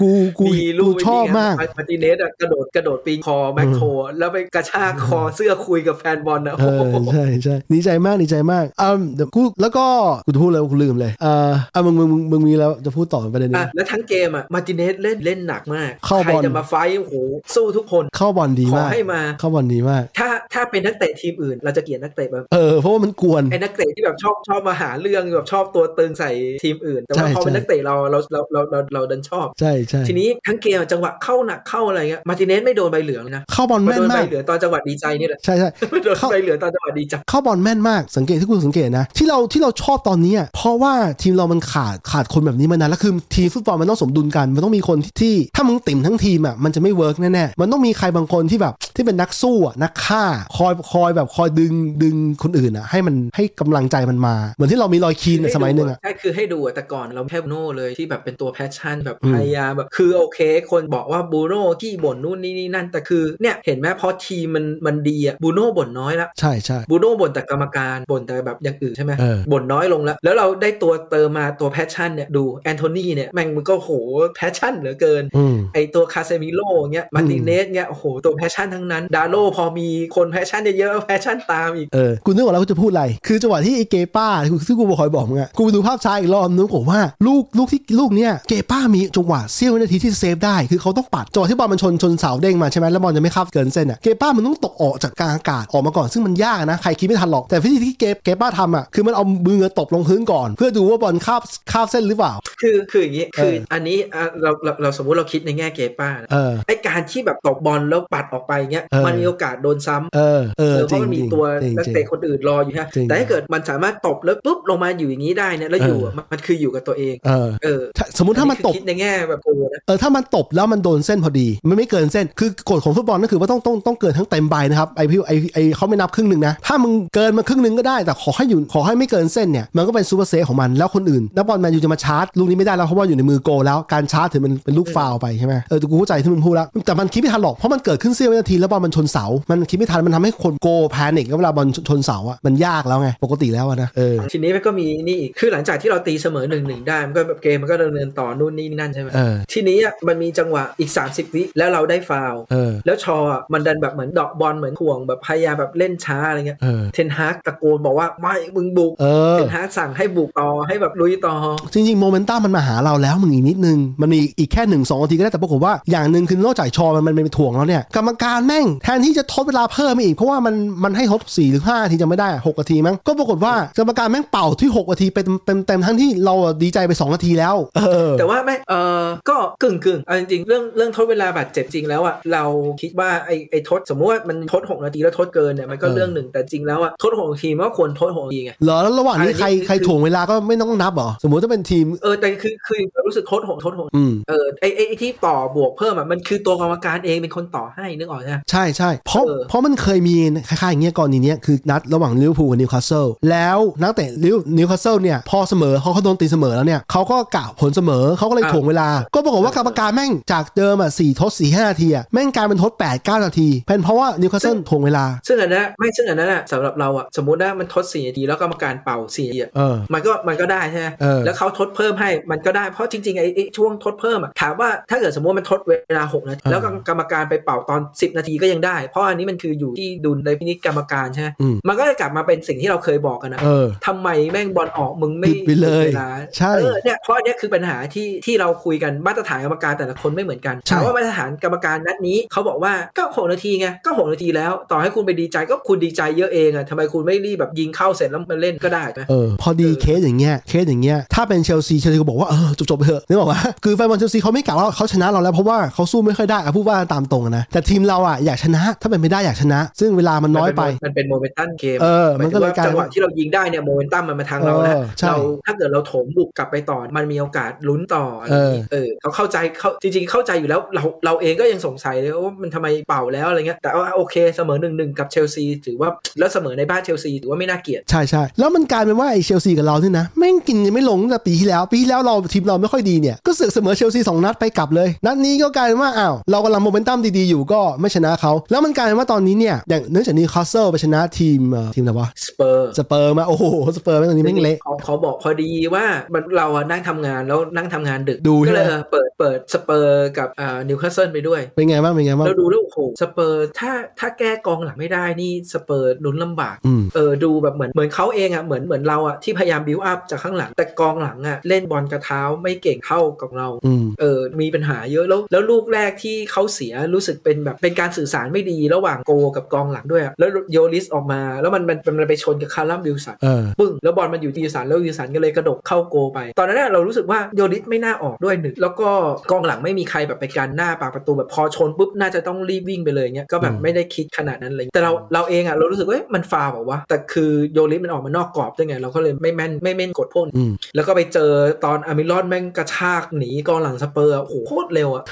S1: กูกู
S2: มีลู
S1: กู
S2: ก
S1: ชอบมาก
S2: มาร์ติเนสอะกระโดดกระโดดปีนคอแมคโครแล้วไปกระชากคอเสื้อคุยกับแฟนบอลนะ
S1: เอ
S2: โอ้
S1: อ
S2: โห
S1: ใช่ใช่ดีใจมากดีใจมากอืมเดี๋ยวกูแล้วก็กูจะพูดแล้วกูลืมเลยเอ่ออ่ะมึงมึงมึงมึงมีแล้วจะพูดต่อประเด็นนี้
S2: อ่ะแล้วทั้งเกมอ่ะมาร์ติเนสเล่นเล่นหนักมาก
S1: เข้าบอล
S2: ใครจะมาไฟท์โอ้โหสู้ทุกคน
S1: เข้าบอลดี
S2: ขอ
S1: มาก
S2: ให้มา
S1: เข้าบอลดีมาก
S2: ถ้าถ้าเป็นนักเตะทีมอื่น เราจะเกลียดนักเตะแบบ
S1: เออเพราะว่ามันกวน
S2: ไอ้นักเตะที่แบบชอบชอบมาหาเรื่องแบบชอบตัวตึงใส่ทีมอื่น แต่ว่า
S1: ใช่
S2: พอเป็น
S1: ใช่
S2: นักเตะเราเราเราเราเราเราดันชอบ
S1: ใช่ใช่
S2: ทีนี้ทั้งเกมจังหวะเข้าหนักเข้าอะไรเงี้ยมาร์ติเนสไม่โดนใบเหลืองนะ
S1: เข้าบอล
S2: มา
S1: แม่น
S2: โดนใบ
S1: มาก
S2: เหลืองตอนจังหวะดีใจนี่แหละ
S1: ใช่ใช่
S2: มาโดน
S1: เข้า
S2: ใบเหลืองตอนจังหวะดีใจ
S1: เข้าบอลแม่นมากสังเกตที่กูสังเกตนะ ที่เราที่เราชอบตอนนี้อะเพราะว่าทีมเรามันขาดขาดคนแบบนี้มานานแล้วคือทีมฟุตบอลมันต้องสมดุลกัน มันต้องมีคนที่ที่ถ้ามึงติ่มทั้งทีมอ่ะมันจะไม่เวิร์กแน่ๆ มันต้องมีใครบางคนที่แบบที่เป็นนักสู้อะนักฆ่า คอยคอยแบบคอยดึงดึงคนอื่นอ่ะให้มันให้กำลังใจมันมา เหมือนที่เรามีรอยคีนอะสมัยหนึ่งอ่ะ
S2: ใช่คือให้ดูอะแต่ก่อนเราแค่บูโน่เลยที่แบบเป็นตัวแพชชั่นแบบ
S1: อืม
S2: พยายามแบบคือโอเค คนบอกว่าบูโน่ที่บ่นนู่นนี่นี่นั่น แต่คือเนี่ยเห็นไหมพอทีมมันมันดีอะบูโน่บ่นน้อยละ
S1: ใช่ใช่
S2: บูโน่บ่นแต่กรรมการบ่นแต่แบบอย่างอื่นใช่ไหม
S1: เออ
S2: บ่นน้อยลงแล้ว แล้วเราได้ตัวเติมมาตัวแพชชั่นเนี่ยดูแอนโทนีเนี่ยแม่งมันก็โหแพชชั่นเหลือเกิน
S1: อืม
S2: ไอตัวคาเซมิโลเงี้ยมาร์ติเนสเงี้ยโอ้โหตัวแพชชั่นทั้งนั้น ดาโลพอมีคนแพชชั่นเยอะๆแพชชั่นตามอีก
S1: เออ กูนึกว่าแล้วกูจะพูดอะไร คือจังหวะที่ไอเกป้าซึ่งกูบอกคอยบอกมึงอะกูไปดูภาพช้าอีกรอบนึกว่า ลูกลูกที่ลูกเนี้ยเกป้ามีจังหวะเสี้ยววินาทีที่เซฟได้ คือเขาต้องปัดจังหวะที่บอลมันชนชนเสาเด้งมาใช่ไหมแล้วบอลจะไม่ข้ามเกินเส้นอะเกป้ามันต้องตกออกจากกลางอากาศออกมาก่อน ซึ่งมันยากนะ ใครคิดไม่ทันหรอก แต่วิธีที่เกเกป้าทำอะคือมันเอามือตบลงพื้นก่อน เพื่อดูว่าบอลข้ามข้ามเส้นหรือเปล่า
S2: คือคืออย่างนี้
S1: เออ
S2: คืออันนี้อ่ะเราเราเราสมมุติเราคิดในแง่เกป้านะ
S1: เออ
S2: ไอการที่แบบตบบอลแล้วปัดออกไปเงี้ย
S1: เออ
S2: มันมีโอกาสโดนซ้ำ
S1: เออ เออ
S2: เพ
S1: จริ
S2: ราะ
S1: ง
S2: มัน
S1: จ
S2: มี
S1: ริง
S2: ตัว
S1: จริง
S2: นัก
S1: จริง
S2: เตะคนอื่นรออยู่ฮะ
S1: จริง
S2: แต่ถ้าเกิดมันสามารถตบแล้วปุ๊บลงมาอยู่อย่างนี้ได้เนี่ยแล้วอยู่อะมันคืออยู่กับตัวเอง
S1: เออ
S2: เออ
S1: ถ้าสมมุติถ้ามัน
S2: อัคือ
S1: ตบ
S2: คิดในแง่แบบโอ้นะ
S1: เออถ้ามันตบแล้วมันโดนเส้นพอดี มันไม่เกินเส้น คือกฎของฟุตบอลก็คือว่าต้องต้องต้องเกินทั้งเต็มใบนะครับไอพี่ไอไอเขาไม่นับครึ่งหนึ่งนะ ถ้ามึงเกินมาครึ่งหนึ่งก็ได้แต่ขอให้อยู่ขอให้ไม่เกินเส้นเนี่ย มันก็เป็นซูเปอร์เซฟของมันแล้วคนอื่นนักบอลแมนยูจะมาชาร์จลูกนี้ไม่ได้แล้วเพราะว่าอยู่ในมือโกลแล้วการชาร์จถือมันเป็นลูกฟาวล์ไปใช่ไหมเออแต่กูเข้าใจที่มึงพูดแล้วแต่มันคิดไม่ทันหรอกเพราะมันเกิดขึ้นเสี้ยววินาทีแล้วบอลมันชนเสา มันคิดไม่ทันมันทำให้คนโกแพนิคแล้วเวลาบอลชนเสาอะมันยากแล้วไงปกติแล้วอะนะเออ
S2: ทีนี้มันก็มีนี่อีกคือหลังจากที่เราตีเสมอหนึ่งหนึ่งได้มันก็แบบเกมมันก็ดำเนินต่อนู่นนี่นั่นใช่ไหม
S1: เออ
S2: ทีนี้อะมันมีจังหวะอีก 30 วิแล้วเราได้ฟาวล์
S1: เออ
S2: แล้วชออะมันดันแบบเหมือนเดอกบอลเหมือนห่วงแบบพยายามแบบเล่นช้าอะไรเงี้ย
S1: เออ
S2: เทนฮากตะโกนบอกว่าไม่มึงบุก
S1: เอ
S2: เท
S1: อ
S2: นฮากสั่งให้บุกต่อให้แบบลุยต่อ
S1: จริงๆโมเมนตัมมันมาหาเราแล้วมึงอีกนิดนึง มันมีอีกแค่1นงสองนาทีก็ได้แต่ปรากฏว่าอย่างหนึ่งคือนอกจากชอมันมันเป็นถ่วงแล้วเนี่ย กรรมการแม่งแทนที่จะทดเวลาเพิ่มไปอีก เพราะว่ามันมันให้ทด4หรือ5นาทีจะไม่ได้ 6 นาทีมั้งก็ปรากฏว่ากรรมการแม่งเป่าที่6นาทีไปเต็มเต็มๆทั้งที่เราอะดีใจไป 2 นาทีแล้ว เออ
S2: แต่ว่าไม่ เออก็กึ่งกึ่งๆเอาจริงๆ เรื่องเรื่องทดเวลาบาดเจ็บจริง ๆแล้วอ่ะเราคิดว่าไอ้ไอ้ทดสมมติว่ามันทดหกนาทีแล้วทดเกินเนี่ยมันก็
S1: เออ
S2: เรื่องหนึ่งแต่จริงแล้วอ่ะทดหกนาทีมันก็ควรทดหกนาทีไง
S1: เหรอแล้วระหว่างนี้ใคร
S2: อันนี้คือ
S1: ใครถ่วงเวลาก็ไม่ต้องนับเหรอสมมติถ้าเป็นทีม
S2: เออแต่คือคือรู้สึกทดหกทดหก
S1: อืม
S2: เออไอ้ไอ้ไอ้ที่ต่อบวกเพิ่มอ่ะมันคือตัวกรรมการเองเป็นคนต่อให้นึกออกใช่ไหม
S1: ใช่ใช่เพราะ
S2: เออ
S1: เพราะมันเคยมีคล้ายๆอย่างเงี้ยกรณีเนี้ยคือนัดระหว่างลิเวอร์พูลกับนิวคาสเซิลแล้วนักเตะลิเวอร์นิวคาสเซิลเนี่ยพอเสมอเขาเขาโดนตีเสมอแล้วเนี่ยเขาก็กะผลเสมอเขาก็เลยถ่วงเวลา ก็ปรากฏว่ากรรมการแม่งจากเดิมอ่ะสี่ทดสี่ห้านาทีอ่ะแม่งกลายเป็นทดแปดเก้านาทีเป็นเพราะว่านิวคาสเซิลถ่วงเวลา
S2: ซึ่งอันนั้นไม่ซึ่งอันนั้นอ่ะสำหรับเราอ่ะสมมติว่ามันทดสี่นาทีแล้วกรรมการเป่าสี่นาทีอะ
S1: เออ
S2: มันก็มันก็ได้ใช่ไหม
S1: เออ
S2: แล้วเขาทดเพิ่มให้มันก็ได้เพราะจริงๆไอ้ไอ้ช่วงทดเพิ่มอะถามว่าถ้าเกิดสมมติมันทดเวลา6นาทีแล้วกรรมการไปเป่าตอน 10 นาทีก็ยังได้ เพราะอันนี้มันคืออยู่ที่ดุลในพินิจกรรมการใช่ไหม
S1: อืม
S2: มันก็จะกลับมาเป็นสิ่งที่เราเคยบอกกันนะ
S1: เออ
S2: ทำไมแม่งบอลออกมึงไม่
S1: ผิดไปเลย
S2: ผิวา
S1: ใช่
S2: เออเนี่ยเพราะอันเนี้ยคือปัญหาที่ที่เราคุยกันมาตรฐานกรรมการแต่ละคนไม่เหมือนกัน
S1: ใช่
S2: ถามว่ามาตรฐานกรรมการนัดนี้เขาบอกว่าก็หกนาทีไงก็หกนาทีแล้ว ต่อให้คุณไปดีใจก็คุณดีใจเยอะเองอะทำไมคุณไม่รีบแบบยิงเข้าเสร็จแล้วมาเล่นก็ได้ใช่ไหม
S1: เออพอดี
S2: เออ
S1: เคสอย่างเงี้ยเคสอย่างเงี้ยถ้าเป็นเชลซีเชลซีก็บอกว่าเออจบจบๆไปเถอะนึกออกว่า คือแฟนบอลเชลซีเขาไม่กล่าวว่าเขาชนะเราแล้วเพราะว่าเขาสู้ไม่ค่อยได้อะพูดว่าตามตรงอะนะแต่ทีมเราอ่ะอยากชนะถ้าเป็นไม่ได้อยากชนะ ซึ่งเวลามันน้อยไป
S2: มันเป็นโมเมนตัมเกม
S1: เออ
S2: หาย
S1: มันก็เลยกลาย
S2: ถึงว่าจังหวะที่เรายิงได้เนี่ยโมเมนตัมมันมาทางเราแล้ว
S1: เออใช่
S2: เราถ้าเกิดเราโถมบุกกลับไปต่อ มันมีโอกาสลุ้นต่ออะไรอย่างงี้เออเขาเข้าใจเขาจริงๆ เข้าใจอยู่แล้วเราเราเองก็ยังสงสัยเลยว่ามันทำไมเป่าแล้วอะไรเงี้ยแต่ว่าโอเคเสมอหนึ่งหนึ่งกับเชลซีถือว่าแล้วเสมอในบ้านเชลซีถือว่าไม่น่าเกลียด
S1: ใช่ใช่แล้วมันกลายเป็นว่าไอ้เชลซีกับเราเนี่ยนะแม่งกินยังไม่ลงตั้งแต่ปีที่แล้ว ปีที่แล้วเราทีมเราไม่ค่อยดีเนี่ยก็เสือกเสมอเชลซีสองนัดไปกลับเลยนัดนี้ก็กลายเป็นว่าอ้าวเรากำลังโมเมนตัมดีๆอยู่ก็ไม่ชนะเขาแล้วมันกลายเป็นว่าตอนนี้เนี่ยอย่างเนื่องจากนี้คาสเซิลไปชนะทีมเอ่อทีมอะไรวะ
S2: สเปอร์
S1: สเปอร์มาโอ้โหสเปอร์แม่งตอนนี้แม่งเละ
S2: ขาเขาบอกพอดีว่ามันเราอะนั่งทำงานแล้วนั่งทำงานดึก
S1: ดูใช่
S2: ก็
S1: ไหม
S2: เลยเออเปิดเปิดสเปอร์กับนิวคาสเซิลไปด้วย
S1: เป็นไงบ้างเป็นไงบ้าง
S2: เราดูแล้วโอ้โหสเปอร์ถ้าถ้าแก้กองหลังไม่ได้นี่สเปอร์ลุ้นลำบาก
S1: อืม
S2: เออดูแบบเหมือนเหมือนเขาเองอะ่ะเหมือนเหมือนเราอะ่ะที่พยายามบิวอัพจากข้างหลัง แต่กองหลังอะ่ะเล่นบอลกระเท้าไม่เก่งเท่ากับเรา
S1: อืม
S2: เออมีปัญหาเยอะแล้วแล้วลูกแรกที่เขาเสียรู้สึกเป็นแบบเป็นการสื่อสารไม่ดีระหว่างโกกับกองหลังด้วยอะแล้วโยลิสออกมาแล้วมันมันมันไปชนกับคาร์ลัมบิลสัน
S1: เออ
S2: ปึ้งแล้วบอลมันอยู่ที่ยูสันแล้วยูสันก็เลยกระดกเข้าโกไป ตอนนั้นนะเรารู้สึกว่าโยริสไม่น่าออกด้วยหนึ่งแล้วก็กองหลังไม่มีใครแบบไปกันหน้าปากประตูแบบพอชนปุ๊บน่าจะต้องรีบวิ่งไปเลยเงี้ยก็แบบ
S1: อืม
S2: ไม่ได้คิดขนาดนั้นเลยแต่เราเราเองอะเรารู้สึกว่าเอ๊ะมันฟาวล์เหรอวะแต่คือโยริสมันออกมานอกกรอบด้วยไงเราก็เลยไม่แม่นไม่แม่นกดพวกนี้
S1: อืม
S2: แล้วก็ไปเจอตอนอามิรอนแม่งกระชากหนีกองหลังสเปอร์อะโอ้โหโคตรเร็ วอะ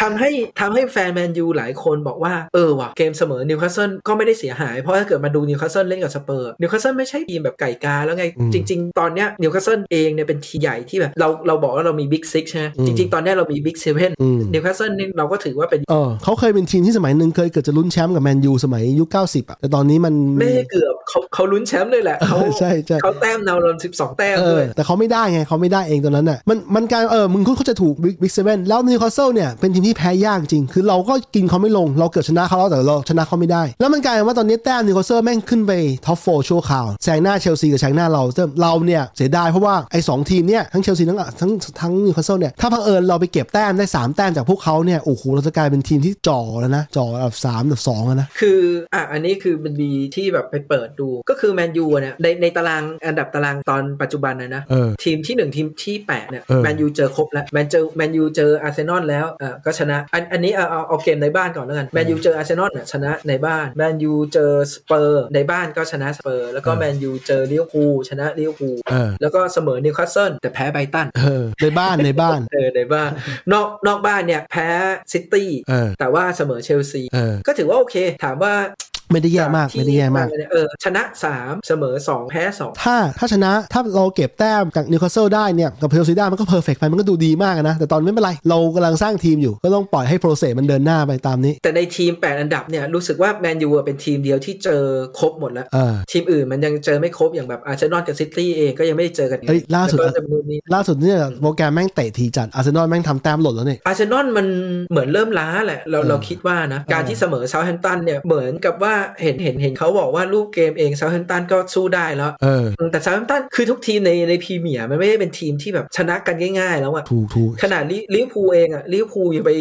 S2: ทำให้ทำให้แฟนแมนยูหลายคนบอกว่า เออว่ะเกมเสมอนิวคาสเซิลก็ไม่ได้เสียหาย เพราะถ้าเกิดมาดูนิวคาสเซิลเล่นกับสเปอร์นิวคาสเซิลไม่ใช่ทีมแบบไก่กาแล้วไง
S1: อืม
S2: จริง ๆ ตอนเนี้ยนิวคาสเซิลเองเนี่ยเป็นทีมใหญ่ที่แบบเราเราบอกว่าเรามีบิ๊กซิกใช่ไหม
S1: อืม
S2: จริง ๆ ตอนเนี้ยเรามีบิ๊กเซเว่น
S1: อืม
S2: นิวคาสเซิลนี่เราก็ถือว่าเป็น
S1: เออเขาเคยเป็นทีมที่สมัยหนึ่งเคยเกิดจะลุ้นแชมป์กับแมนยูสมัยยุค90 อ่ะ แต่ตอนนี้มัน
S2: ไม่ได้เกือบเขาเขาลุ้นแชมป์เลยแหละเขา
S1: เออใช่ใช่
S2: เขาแต้มเราเราสิบสองแต้ม
S1: เอ
S2: ด้
S1: อ
S2: วย
S1: แต่เขาไม่ได้ไงเขาไม่ได้เองตอนนั้นน่ะมันมันกลายเออมึงคุณเขาจะถูกบิ๊กเซเว่นแล้วนิวคาสเซิลเนี่ย เป็นทีมที่แพ้ยากจริง คือเราก็กินเขาไม่ลง เราเกือบชนะเขาแล้วแต่เราชนะเขาไม่ได้ แล้วมันกลายเป็นว่าตอนนี้แต้มนิวคาสเซิลแม่งขึ้นไปท็อปโฟชั่วคราวแซงหน้าเชลซีกับแซงหน้าเราซึ่งเราเนี่ยเสียดายเพราะว่าไอ้สองทีมเนี่ยทั้งเชลซีทั้งทั้งทั้งนิวคาสเซิลเนี่ยถ้าบังเอิญเราไปเก็บแต้มได้สามแต้มจากพวกเขาเนี่ยโอ้โหเราจะกลายเป็นทีมที่จ่อแล้วนะจ่ออันดับสามอันดับสองแล้วนะ
S2: คืออ่ะอันนี้คือมันมีที่แบบไปเปิดดูก็คือแมนยูเนี่ยในในตารางอันดับตารางตอนปัจจุบันนะนะ
S1: เออ
S2: ทีมที่ 1 ทีมที่ 8 เนี่ย
S1: เออ
S2: แมนยูเจอครบแล้วแมนเจอแมนยูเจออาร์เซนอลแล้วเออก็ชนะอันอันนี้เอาเอาเอาเกมในบ้านก่อนแล้วกันแมนยูเจออาร์เซนอลเนี่ยชนะในบ้านแมนยูเจอสเปอร์ในบ้านก็ชนะสเปอร์แล้วก็แมนยูเจอลิเวอร์พูลชนะลิเวอร์พูล
S1: เออ
S2: แล้วก็เสมอนิวคาสเซิลแต่แพ้ไบรตัน
S1: เออ ในบ้านในบ้าน
S2: เออในบ้านนอกนอกบ้านเนี่ยแพ้ซิตี้
S1: เออ
S2: แต่ว่าเสมอเชลซี
S1: เออ
S2: ก็ถือว่าโอเค ถามว่า
S1: ไม่ได้แย่มาก
S2: ที่
S1: ไม่ได้แย่มาก
S2: เออชนะ 3 เสมอ 2 แพ้ 2
S1: ถ้าถ้าชนะถ้าเราเก็บแต้มจากนิวคาสเซิลได้เนี่ยกับเพลซีได้มันก็เพอร์เฟกไปมันก็ดูดีมากอะนะ แต่ตอนนไม่เป็นไร เรากำลังสร้างทีมอยู่ ก็ต้องปล่อยให้โปรเซสมันเดินหน้าไปตามนี้
S2: แต่ในทีม 8 อันดับเนี่ยรู้สึกว่าแมนยูเป็นทีมเดียวที่เจอครบหมดแล้ว
S1: เออ
S2: ทีมอื่นมันยังเจอไม่ครบอย่างแบบอาร์เซนอลกับซิตี้เองก็ยังไม่ได้เจอกัน
S1: เอ้ยล่าสุด
S2: แวก็จะมีนี้
S1: ล่าสุดเนี่ยโปรแกรมแม่งเตะทีจัดอาร์เซนอลแม่งทำแต้มหล่นแล้วเนี่ย
S2: อาร์เซนอลมันเหมือนเริ่มล้าแหละ เรา
S1: เออ
S2: เราคิดว่านะ การที่เสมอเซาท์แฮมป์ตันเนี่ยเหมือนกับว่า เห็นเห็นเห็นเขาบอกว่าลูกเกมเองเซาท์แฮมป์ตันก็สู้ได้แล้ว
S1: เออ
S2: แต่เซาท์แฮมป์ตันคือทุกทีมในในพรีเมียร์มันไม่ได้เป็นทีมที่แบบชนะกันง่าย ๆ แล้วอะ
S1: ถูกถูก
S2: ขนาดลิลิเวอร์พูลเองอะลิเวอร์พูลยังไป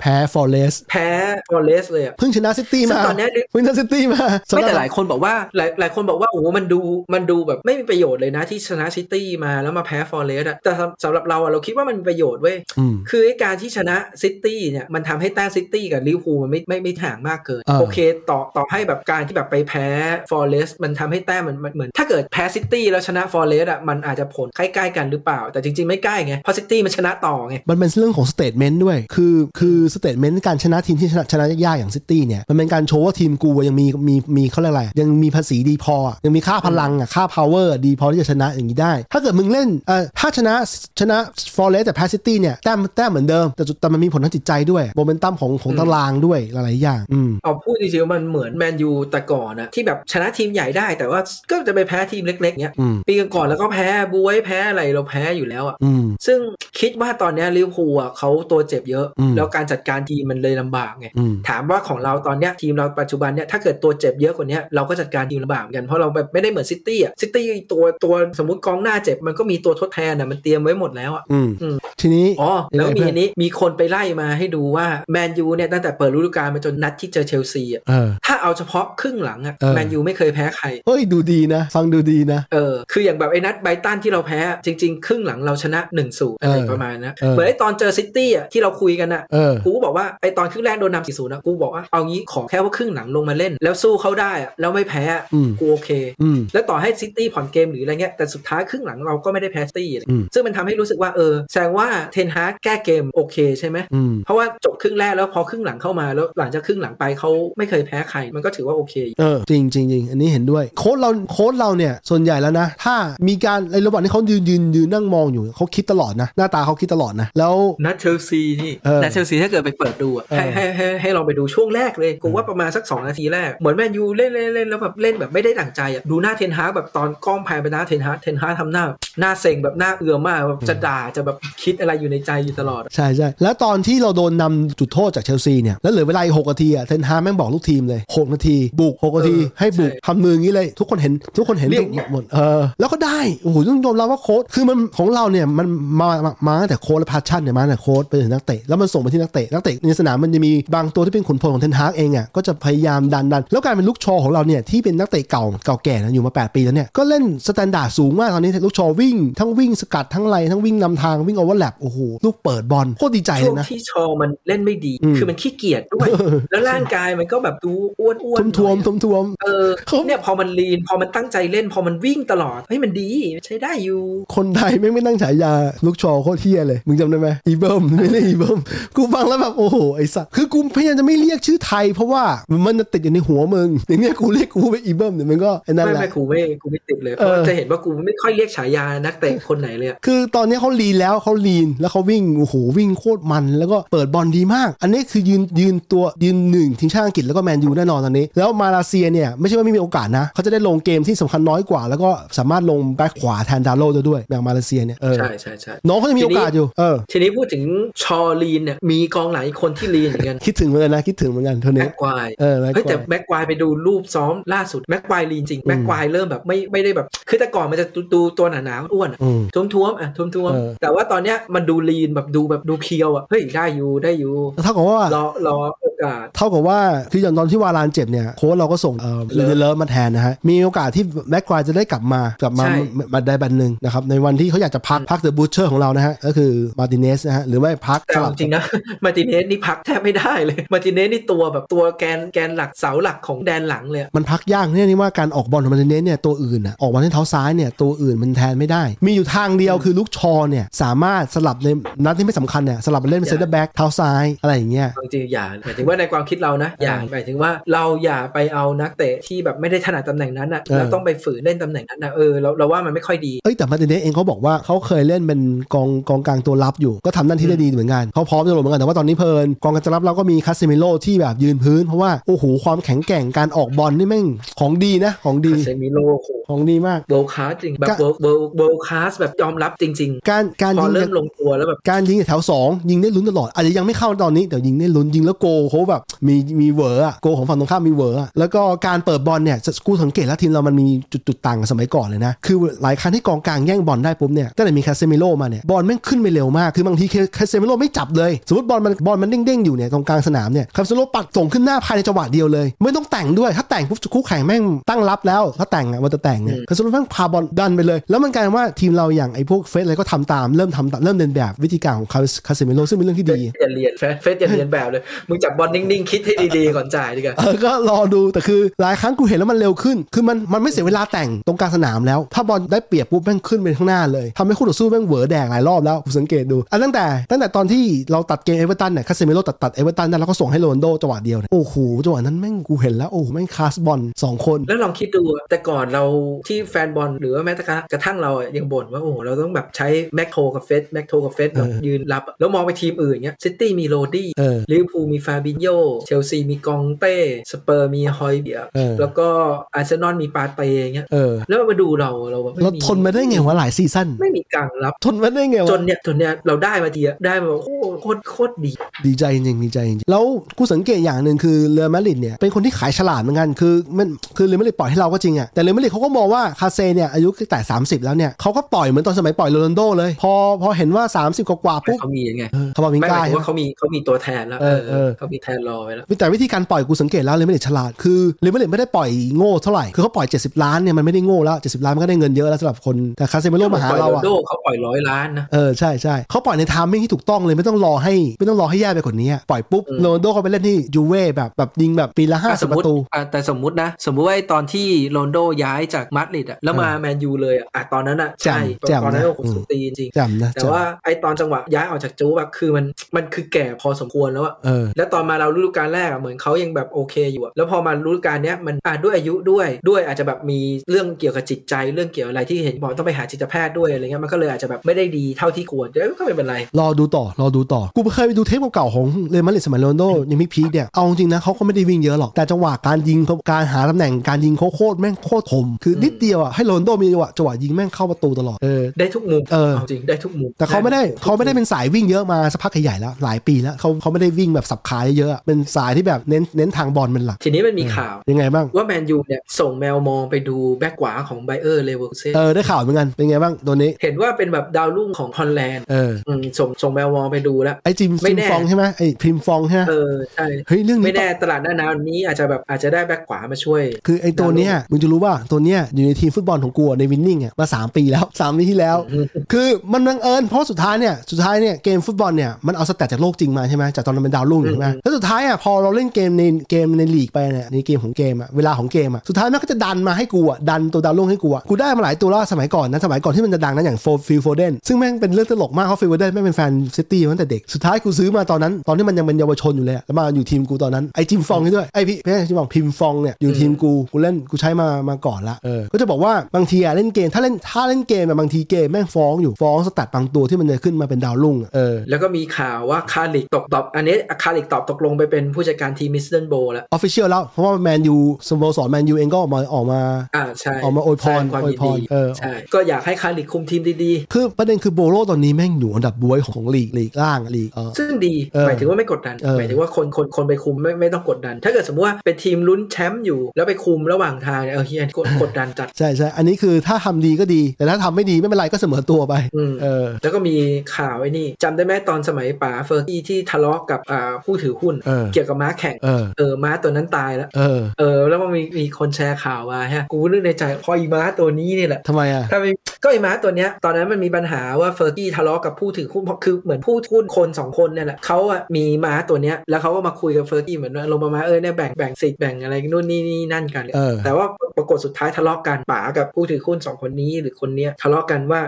S1: แพ้ฟอร์เรส
S2: แพ้ฟอร์เรสเลยอะ
S1: เพิ่งชนะซิตี้
S2: ซึ่
S1: มาง
S2: ตอนเนี้ย
S1: เพิ่งชนะซิตี้มา
S2: ไม่แต่หลายคนบอกว่าหลายหลายคนบอกว่าโอ้โหมันดูมันดูแบบไม่มีประโยชน์เลยนะที่ชนะซิตี้มาแล้วมาแพ้ฟอร์เรสอะแต่สำสำหรับเราอะเราคิดว่ามันมีประโยชน์เว้ย
S1: อืม
S2: คือไอ้การที่ชนะซิตี้เนี่ยมันทำให้แต้มซิตี้กับลิเวอร์พูลมันไม่ไม่ไม่ห่างมากเกิน
S1: อ่า
S2: โอเคต่อต่อให้แบบการที่แบบไปแพ้ฟอร์เรสมันทำให้แต้มมันมันเหมือน ถ้าเกิดแพ้ซิตี้แล้วชนะฟอร์เรสอ่ะมันอาจจะผลใกล้ๆกันหรือเปล่า แต่จริงๆไม่ใกล้ไงเพราะซิตี้มันชนะต่อไง
S1: มันเป็นเรื่องของสเตทเมนต์ด้วย คือ คือสเตทเมนต์การชนะทีมที่ชนะชนะยากๆอย่างซิตี้เนี่ย มันเป็นการโชว์ว่าทีมกูยังมี มี มีเขาเรียกอะไร ยังมีภาษีดีพออะยังมีค่าพลังอ่ะ ค่า power อะดีพอที่จะชนะอย่างนี้ได้ ถ้าเกิดมึงเล่น เอ่อ ถ้าชนะ ชนะฟอร์เรสแต่แพ้ซิตี้เนี่ย แต้ม แต้มเหมือนเดิม แต่จุดแต่มันมีผลทางจิตใจด้วย โมเมนตัมของของ
S2: อืม
S1: ตารางด้วย หลายๆ อย่าง อืม
S2: เอาพูดจริงๆมันเหมือนแมนยูแต่ก่อนนะที่แบบชนะทีมใหญ่ได้ แต่ว่าก็จะไปแพ้ทีมเล็กๆเนี้ย
S1: อืม
S2: ปีก่อนๆแล้วก็แพ้บวยแพ้อะไรเราแพ้อยู่แล้วอ่ะ
S1: อืม
S2: ซึ่งคิดว่าตอนเนี้ยลิเวอร์พูลอะเขาตัวเจ็บเยอะ
S1: อืม
S2: แล้วการจัดการทีมมันเลยลำบากไง
S1: อืม
S2: ถามว่าของเราตอนเนี้ยทีมเราปัจจุบันเนี่ยถ้าเกิดตัวเจ็บเยอะกว่าเนี้ยเราก็จัดการทีมลำบากเหมือนกันเพราะเราแบบไม่ได้เหมือนซิตี้อ่ะซิตี้ตัวตัวสมมติกองหน้าเจ็บมันก็มีตัวทดแทนอ่ะมันเตรียมไว้หมดแล้วอ่ะ
S1: อืม
S2: อืม
S1: ทีนี้
S2: อ๋อแล้วก็มี
S1: เพื่
S2: อันนี้มีคนไปไล่มาให้ดูว่าแมนยูเนี่ยตั้งแต่เปิดฤดูกาลมาจนนัดที่เจอเชลซีอ่ะ
S1: เออ
S2: ถ้าเอาเฉพาะครึ่งหลังอ่ะ
S1: เออ
S2: แมนยูไม่เคยแพ้ใคร
S1: เฮ้ย ดูดีนะ ฟังดูดีนะ
S2: เออคืออย่างแบบไอ้นัดไบรตันที่เราแพ้จริง ๆ ครึ่งหลังเราชนะ1นศูนย์อะไร
S1: เออ
S2: ประมาณนะ
S1: เออ
S2: เหมือนไอ้ตอนเจอซิตี้อ่ะที่เราคุยกันอ่ะ
S1: เออ
S2: กูก็บอกว่าไอตอนครึ่งแรกโดนนำสี่ศูนย์นะกูบอกว่าเอางี้ขอแค่ว่าครึ่งหลังลงมาเล่น แล้วสู้เขาได้อะแล้วไม่แพ้อะ
S1: อืม
S2: กูโอเค
S1: อืม
S2: แล้วต่อให้ซิตี้ผ่อนเกมหรืออะไรเงี้ยแต่สุดท้ายครึ่งหลังเราก็ไม่ได้แพ้ซิตี้อะไร
S1: อืม
S2: ซึ่งมันทำให้รู้สึกว่าเออแสดงว่าเทนฮาร์กแก้เกมโอเคใช่ไหม
S1: อืม
S2: เพราะว่าจบครึ่งแรกแล้วพอครึ่งหลังเข้ามาแล้วหลังจากครึ่งหลังไปเขาไม่เคยแพ้ใคร มันก็ถือว่าโอเคอยู่
S1: เออจริงจริงจริงอันนี้เห็นด้วยโค้ดเราโค้ดเราเนี่ยส่วนใหญ่แล้วนะ ถ้ามีการในระหว่างที่เขายืนยืนยืนนั่งมองอยู่เขาคิดตลอดนะ หน้าตาเขาคิดตลอดนะ แล้ว
S2: นัดเชลซีนี่
S1: เออ
S2: นัดเชลซีถ้าเกิดไปเปิดดูอะ
S1: เออ
S2: ให้ให้ให้ให้ลองไปดูช่วงแรกเลยกูว่าประมาณสักสองนาทีแรกเหมือนแมนยูเล่นเล่นเล่นแล้วแบบเล่นแบบไม่ได้ดั่งใจอะดูหน้าเทนฮาร์กแบบตอนกล้องพายไปหน้าเทนฮาร์กเทนฮาร์กทำหน้า หน้าเซ็งแบบหน้าเอือมมากแบบจะด่าจะแบบคิดอะไรอยู่ในใจอยู่ตลอด
S1: ใช่ใช่แล้วตอนที่เราโดนนำจุดโทษจากเชลซีเนี่ย แล้วเหลือเวลาอีกหกนาทีอ่ะเทนฮาร์กแม่งบอกลูกทีมเลยหกนาที บุกหกนาที
S2: เออ
S1: ให้บุก
S2: ใช่
S1: ทำมืออย่างนี้เลย ทุกคนเห็นทุกคนเห็น
S2: เรียกอย่างเงี้ย
S1: หมดเออแล้วก็ได้โอ้โหต้องยอมรับว่าโค้ดคือมันของเราเนี่ยมันมามามาตั้งแต่โค้ดและพาชั่นเนี่ยมาตั้งแต่โค้ดไปถึงนักเตะแล้วมันส่งไปที่นักเตะนักเตะในสนามมันจะมีบางตัวที่เป็นขุนพลของเทนฮาร์กเองอ่ะก็จะพยายามดันดันแล้วกลายเป็นลูกชอของเราเนี่ยที่เป็นนักเตะเก่าเก่าแก่นะอยู่มา 8 ปีแล้วเนี่ยก็เล่นสแตนดาร์ดสูงมากตอนนี้ลูกชอวิ่ง ทั้งวิ่งสกัดทั้งไล่ทั้งวิ่งนำทางวิ่งโอเวอร์แลปโอ้โหลูกเปิดบอลโคตรดีใจเล
S2: ช่วย ง
S1: นะ
S2: ที่ชอมันเล่นไม่ดี
S1: อืม
S2: คือมันขี้เกียจ ด้วย แล้วร่างกายมันก็แบบดูอ้วนอ้วน
S1: ทวมๆทวมทวม
S2: เออ
S1: เขา
S2: เนี่ยพอมันลีนพอมันตั้งใจเล่น พอมันวิ่งตลอดเฮ้ยมันดีใช้ได้อยู่
S1: คนไทยไม่งไม่ตั้งฉายาลูกชอโคตรเทียเลย มึงจำได้ไหมอีเบิ้มไม่ได้อีเบิ้มกูฟังแล้วแบบโอ้โหไอ้สัสคือกูพยายามจะไม่เรียกชื่อไทยเพราะว่ามันจะติดอยู่ในหัวมึงอย่างเนี้ยกูเรียกกูไปอีเบิ้มเนี่ยมันก็ไอ้นั่น
S2: ไม่
S1: แหละ
S2: ไม่กูไม่กูไม่ติดเลยเพ
S1: เออ
S2: ราะจะเห็นว่ากูไม่ค่อยเรียกฉายานักเตะคนไหนเลยอะ
S1: คือตอนนี้เขาลีนแล้วเขาลีนแล้วเขาวิ่งโอ้โหวิ่งโคตรมัน แล้วก็เปิดบอลดีมาก อันนี้คือยืนยืนตัวยืนหนึ่งทีมชาติอังกฤษแล้วก็แมนยูแน่นอนตอนนี้ แล้วมาเลเซียเนี่ยไม่ใช่ว่าไม่มีโอกาสนะเขาจะได้ลงเกมที่สำคัญน้อยกว่า แล้วก็สามารถลงแบ็คขวาแทนดาโลได้ด้วยอย่างมาเลเซียเนี่ยเออ
S2: ใช่ใช่ใช่
S1: น้องเขาจะมีโอกาสอยู่เออ
S2: ทีนี้พูดถึงชอลีนเนี่ยมีกองหลายคนที่ลีนเหมือนกัน
S1: คิดถึงเหมือนกันนะคิดถึงเหมือนกันเท่านี้
S2: แม็กควาย
S1: เออแล้ว
S2: เฮ้ย
S1: ก็
S2: แต่แม็กควายไปดูรูปซ้อมล่าสุดแม็กควายลีนจริงแม็กควายเริ่มแบบไม่ไม่ได้แบบ คือแต่ก่อนมันจะดูดูตัวหนาๆอ้วนๆอะ
S1: อืม
S2: ท้วมท้วมๆอ่ะท้วมท้วมๆ
S1: เออ
S2: แต่ว่าตอนเนี้ยมันดูลีนแบบดูแบบดูเพียวอ่ะเฮ้ยได้อยู่ได้อยู่
S1: เท่ากับว่าร
S2: อรอโอกาส
S1: เท่ากับว่าคืออย่างตอนที่วารานเจ็บเนี่ยโค้ชเราก็ส่งเออ
S2: เลิ
S1: เล
S2: ฟ
S1: เลิฟมาแทนนะฮะมีโอกาสที่แม็กควายจะได้กลับมากลับมา
S2: ใช่
S1: มามาได้บันหนึ่งนะครับในวันที่เขาอยากจะพักพักเดอะบูชเชอร์ของเรานะฮะก็คือมาติเนสนะฮะหรือไม่พัก
S2: แต่
S1: ส
S2: เอา
S1: ลับ
S2: จริงนะ มาร์ติเนสนี่พักแทบไม่ได้เลย มาร์ติเนสนี่ตัวแบบตัวแกนแกนหลักเสาหลักของแดนหลังเลยอะ
S1: มันพักยากเนี่ยนี่ว่าการออกบอลของมาติเนสเนี่ยตัวอื่นอ่ะออกบอลที่เท้าซ้ายเนี่ยตัวอื่นมันแทนไม่ได้ มีอยู่ทางเดียวคือลูกชอเนี่ยสามารถสลับในนัดที่ไม่สำคัญเนี่ยสลับไปเล่นเป็นเซนเตอร์แบ็กเท้าซ้ายอะไรอย่างเงี้ย
S2: เอาจริงอย่า หมายถึงว่าในความคิดเรานะอย่าหมายถึงว่าเราอย่าไปเอานักเตะที่แบบไม่ได้ถนัดตำแหน่งนั้นอ่ะ
S1: เออ
S2: แล้วต้องไปฝืนเล่นตำแหน่งนั้นนะเออเราเราว่ามันไม่ค่อยดี
S1: เอ้ยแต่มาร์ติเนสเองเขาบอกว่าเขาเคยเล่นเป็นกองกองกลางตัวรับอยู่ ก็ทำหน้าที่ได้ดีเหมือนกันเขาพร้อมจะลงเหมือนกัน แต่ว่าตอนนี้เพลินกองกลางตัวรับเราก็มีคาสิเมโลที่แบบยืนพื้น เพราะว่า โอ้โห ความแข็งแกร่งการออกบอลนี่แม่งของดีนะ ของดี
S2: เซมิโลโห
S1: ของดีมาก
S2: เวิลคาสจริงแบบ
S1: กะ
S2: เวิลเวิลคาสแบบยอมรับจริง
S1: การการ
S2: ๆ พอ
S1: ยิง
S2: เริ่มลงตัวแล้วแบบ
S1: การยิงจากแถวสองยิงได้ลุ้นตลอดอาจจะยังไม่เข้าตอนนี้แต่ยิงได้ลุ้นยิงแล้วโกลเขา ค้ชแบบมีมีเวอร์อะโกของฝั่งตรงข้ามมีเวอร์อะแล้วก็การเปิดบอลเนี่ยจะกูสังเกตแล้วทีมเรามันมีจุดจุดๆต่างกับสมัยก่อนเลยนะ คือหลายครั้งที่กองกลางแย่งบอลได้ปุ๊บเนี่ยตั้งแต่มีคาเซมิโร่มาเนี่ยบอลแม่งขึ้นไปเร็วมากคือบางทีคาเซมิโร่ไม่จับเลย สมมติบอลมันบอลมันเด้งๆอยู่เนี่ยตรงกลางสนามเนี่ยคาเซมิโร่ปัดส่งขึ้นหน้าภายในจังหวะเดียวเลย ไม่ต้องแต่งด้วยถ้าแต่งปุ๊บคู่แข่งแม่งตั้งรับแล้วถ้าแต่งอะมันจะแต่งเนี่ยคาเซมิโร่แม่งพาบอลดันไปเลย แล้วมันกลายเป็นว่าทีมเราอย่างไอ้พวกเฟสอะไรก็ทำตามเริ่มทำตามเริ่มเรียนแบบวิธีการของ Cas- Casemiro ซึ่งเป็นเรื่องที่ดี
S2: อย่าเรียนเฟสเฟสอย่าเรียนแบบเลย มึงจับบอลนิ่งๆ คิด ให้ดีๆ ก่อนจ่ายดีกว่า
S1: เออ ก็รอดูแต่คือหลายครั้งกูเห็นแล้วมันเร็วขึ้น คือมันมันไม่เสียเวลาแต่งตรงกลางสนามแล้ว ถ้าบอลได้เปรียบปุ๊บแม่งขึ้นไปข้างหน้าเลยทำให้คู่ต่อสู้แม่งเหวอแดกหลายรอบแล้วกูสังเกตดูอันตั้งแต่ตั้งแต่ตอนที่เราตัดเกมเอเวอร์ตันเนี่ยคาเซมิโร่ตัดตัดเอเวอร์ตันได้แล้วก็ส่งให้โรนลโดจังหวะเดียวเนี่ยโอ้โหจังหวะนั้นแม่งกูเห็นแล้วโอ้โหแม่งคลาสบอลสองคน
S2: แล้วลองคิดดูอะแต่ก่อนเราที่แฟนบอลหรือว่าแม้แต่กระทั่งเราอะยังบ่นว่าโอ้โหเราต้องแบบใช้แม็กโทกับเฟสแม็กโทกับเฟสแบบ
S1: เออ
S2: ยืนรับอะแล้วมองไปทีมอื่นเนี้ยซิตี้มีโรดี้
S1: เออ
S2: ลิเวอร์พูลมีฟาบินโยเชลซีมีกองเต้ สเปอร์มีฮอยเบียร์
S1: เออ
S2: แล้วก็อาร์เซนอลมีปาเต้อย่างเงี้ย
S1: เออ
S2: แล้วมาดูเราเราแบบ
S1: เราทนมาได้ไงวะหลายซีซั่น
S2: ไม่มีกลางรับ
S1: ทนมาได้ไงวะ
S2: จนเนี่ยจนเนี่ยเราได้มาทีอะได้มาแบบโอ้โหโคตรโคตรดี
S1: ดีใจจริงดีใจจริงแล้วกูสังเกตอย่างหนึ่งคือเรอัลมาดริดเนี่ยเป็นคนที่ขายฉลาดเหมือนกันคือมันคือเรอัลมาดริดปล่อยให้เราก็จริงอะแต่เรอัลมาดริดเขาก็มองว่าคาเซเนี่ยอายุแต่ 30 แล้วเนี่ยเขาก็ปล่อยเหมือนตอนสมัยปล่อยโรนัลโดเลย พอพอเห็นว่า 30 กว่าๆปุ๊บ
S2: เขามียังไง
S1: เออเขาบอกมิง
S2: ไม่
S1: กาม
S2: หายถึง
S1: ใช่ไหม
S2: ว่าเขามีเขามีตัวแทนแล้ว
S1: เออเออ
S2: เขามีแทนรอไว้แล้ว
S1: แต่วิธีการปล่อยกูสังเกตแล้วเรอัลมาดริดฉลาดคือเรอัลมาดริดไม่ได้ปล่อยโง่เท่าไหร่คือเขาปล่อย 70 ล้านเนี่ยมันไม่ได้โง่แล้ว 70 ล้านมันก็ได้เงินเยอะแล้วสำหรับคนแต่คาเซมิโร่มาหาเราอะ
S2: โดเขาปล่อยร้อยล้านนะ
S1: เออใช่ใช่เขาปล่อยในไทามมิ่งที่ถูกต้องเลยไม่ต้องรอให้ไม่ต้องรอให้แย่ไปกว่านี้อะปล่อยปุ๊บ
S2: อืม
S1: โรนลโดเขาไปเล่นที่ยูเว่แบบแบบยิงแบบปีละห้า
S2: อ่ะ
S1: สิบประตู
S2: อ่ะแต่สมมุตินะ สมมุติว่าไอ้ตอนที่โรนลโดย้ายจากมาดริดอะแล้วมา
S1: เออ
S2: แมนยูเลยอะอ่ะตอนนั้นอะใช่
S1: แจ่ม
S2: ตอนนั้น
S1: แจ่มนะ
S2: โอ้โหสุดตีนจริง
S1: จำนะ
S2: แต่
S1: จำ
S2: ว่าไอตอนจังหวะย้ายออกจากจู๊บอะคือมันมันคือแก่พอสมควรแล้วอะ
S1: เออ
S2: แล้วตอนมาเราฤดูกาลแรกอะเหมือนเขายังแบบโอเคอยู่อะแล้วพอมาฤดูกาลเนี้ยมันอ่ะด้วยอายุด้วยด้วยอาจจะแบบมีเรื่องเกี่ยวกับจิตใจเรื่องเกี่ยวอะไรที่เห็นบอกต้องไปหาจิตแพทย์ด้วยอะไรเงี้ยมันก็เลยอาจจะแบบไม่ได้ดีเท่าที่ควรแต่ก็ไม่เป็นไร
S1: รอดูต่อ รอดูต่อ กูเคยไปดูเทปเก่าๆของเรอัลมาดริดสมัยโรนลโดยังไม่พีคเนี่ยเอาจริงนะเขาก็ไม่ได้วิ่งเยอะหรอก แต่จังหวะการยิงเขาการหาตำแหน่งการยิงเขาโคตรแม่งโคตรคมคือนิดเดียวอ่ะให้โรนลโดมีจังหวะจังหวะยิงแม่งเข้าประตูตลอดเออ
S2: ได้ทุกมุม
S1: เออ
S2: าจริงได้ทุกมุม
S1: แต่เขาไม่ได้เขาไม่ได้เป็นสายวิ่งเยอะมาสักพักใหญ่ๆแล้วหลายปีแล้วเขาเขาไม่ได้วิ่งแบบสับขาเยอะๆอะเป็นสายที่แบบเน้นเน้นทางบอลเป็นหลัก
S2: ทีนี้มันมีข่าว
S1: ยังไงบ้าง
S2: ว่าแมนยูเนี่ยส่งแมวมองไปดูแบ็กขวาของไบเออร์เลเวอร์เซ่น
S1: เออได้ข่าวเหมือนกัน เป็นไงบ้างตัวนี้
S2: เห็นว่าเป็นแบบดาวรุ่งของฮอลแลนด์
S1: เออ
S2: อืมส่งส่งแมวมองไปดูแล้ว
S1: ไอจิม
S2: ไม่
S1: จิม
S2: แน่
S1: ฟองใช่ไหมไอพิมฟองใช่ไหม
S2: เออใช่
S1: เฮ้ยเรื่อง
S2: ไม่
S1: นี้ต้อ
S2: แน่
S1: ง
S2: ตลาดหน้าหนาวนี้อาจจะแบบอาจจะได้แบ็กขวามาช่วย
S1: คือไอตัวเนี้ยมึงจะรู้ว่าตัวเนี้ยอยู่ในทีมฟุตบอลของกูอะในวินนิ่งอ่ะมา 3 ปีแล้ว 3 ปีที่ แล้ว
S2: อืม
S1: คือมันบังเอิญเพราะสุดท้ายเนี่ยสุดท้ายเนี่ยเกมฟุตบอลเนี่ยมันเอาสแตทจากโลกจริงมาใช่ไหมจากตอนเราเป็นดาวรุ่งใช่ไหมแล้วสุดท้ายอ่ะพอเราเล่นเกมในเกมในลีกไปเนี่ยในเกมของเกมอ่ะเวลาของเกมอ่ะสุดท้ายมันก็จะดันมาให้กูอ่ะดันตัวดาวรุ่งให้กูอ่ะกูได้มาหลายตัวแล้วสมัยก่อนนะสมัยก่อนที่มันจะดังนะอย่างโฟฟิลโฟเดนซึ่งแม่งเป็นเรื่องตลกมากเพราะฟิลโฟเดนแม่งเป็นแฟนซิตี้มาตั้งแต่เด็กสุดท้ายกูซื้อมาตอนนั้นตอนที่มันยังเป็นเยาวชนอยู่เลยอะแล้วมาอยู่ทีมกูตอนนั้นไอจิมฟองนี่ด้วยไอพี่ไม่ใช่จิมฟองพิมฟองเนี่ยอยู่ทีมกูกูเล่นกูใช้มามาก่อนละเออก็จะบอกว่าบางทีอะเล่นเกมถ้าเล่นถ้าเล่นเกมอะบางทีเกมแม่งฟ้องอยู่ฟ้องสแตัดบางตัวที่มันจะขึ้นมาเป็นดาวรุ่งอะเออ
S2: แล้วก็มีข่าวว่าคาริกตกตอบ อันนี้คาริกตอบตกลงไปเป็นผู้จัดการทีมมิสเดิลโบแล้ว
S1: ออฟฟิเชียลแล้วเพราะว่าแมนยูสโมสรแมนยูเองก็ออกมาออกมา
S2: อ่าใช่
S1: ออกมาอวยพร
S2: แสดงความ
S1: อวย
S2: ยิน
S1: พร
S2: ดี
S1: เออ
S2: ใช่ก็อยากให้คาริกคุมทีมดี
S1: คือประเด็นคือโบโลตอนนี้แม่งอยู่อันดับบวยของลีกลีกล่างลีกเออ
S2: ๆ ซึ่งดี
S1: เออ
S2: หมายถึงว่าไม่กดดัน
S1: เออ
S2: หมายถึงว่าคนคนคนไปคุมไม่ไม่ต้องกดดัน ถ้าเกิดสมมติว่าเป็นทีมลุ้นแชมป์อยู่แล้วไปคุมระหว่างทางเนี่ยเออเฮียกดกดดันจัด
S1: ใช่ใช่อันนี้คือถ้าทำดีก็ดี แต่ถ้าทำไม่ดีไม่เป็นไรก็เสมอตัวไป
S2: อืม
S1: เออ
S2: แล้วก็มีข่าวไอ้นี่จำได้ไหมตอนสมัยป๋าเฟอร์กี้ที่ทะเลาะกับอ่าผู้ถือหุ้น
S1: เออ
S2: เกี่ยวกับม้าแข่ง
S1: เออ
S2: เออม้าตัวนั้นตายแล้ว
S1: เออ
S2: เออแล้วมันมีมีคนแชร์ข่าวมาฮะกูนึกในใจพออีม้าตัวนี้เนี่ยแหละ
S1: ทำไมอ่ะ
S2: ถ้าไม่ก็ไอ้ม้าตัวเนี้ยตอนนั้นมันมีปัญหาว่าเฟอร์กี้ทะเลาะกับผู้ถือหุ้นเพราะคือเหมือนผู้ถือหุ้นคนสองคนเนี่ยแหละเขาอะมีม้าตัวเนี้ยแล้วเขาก็มาคุยกับเฟอร์กี้เหมือนว่าลงมามาเออเนี่ยแบ่งแบ่งสิทธิ์แบ่งอะไรนู่นนี่นี่นั่นกัน
S1: เออ
S2: แต่ว่าปรากฏสุดท้ายทะเลาะกันป๋ากับผู้ถือหุ้นสองคนนี้หรือคนเนี้ยทะเลาะกันว่า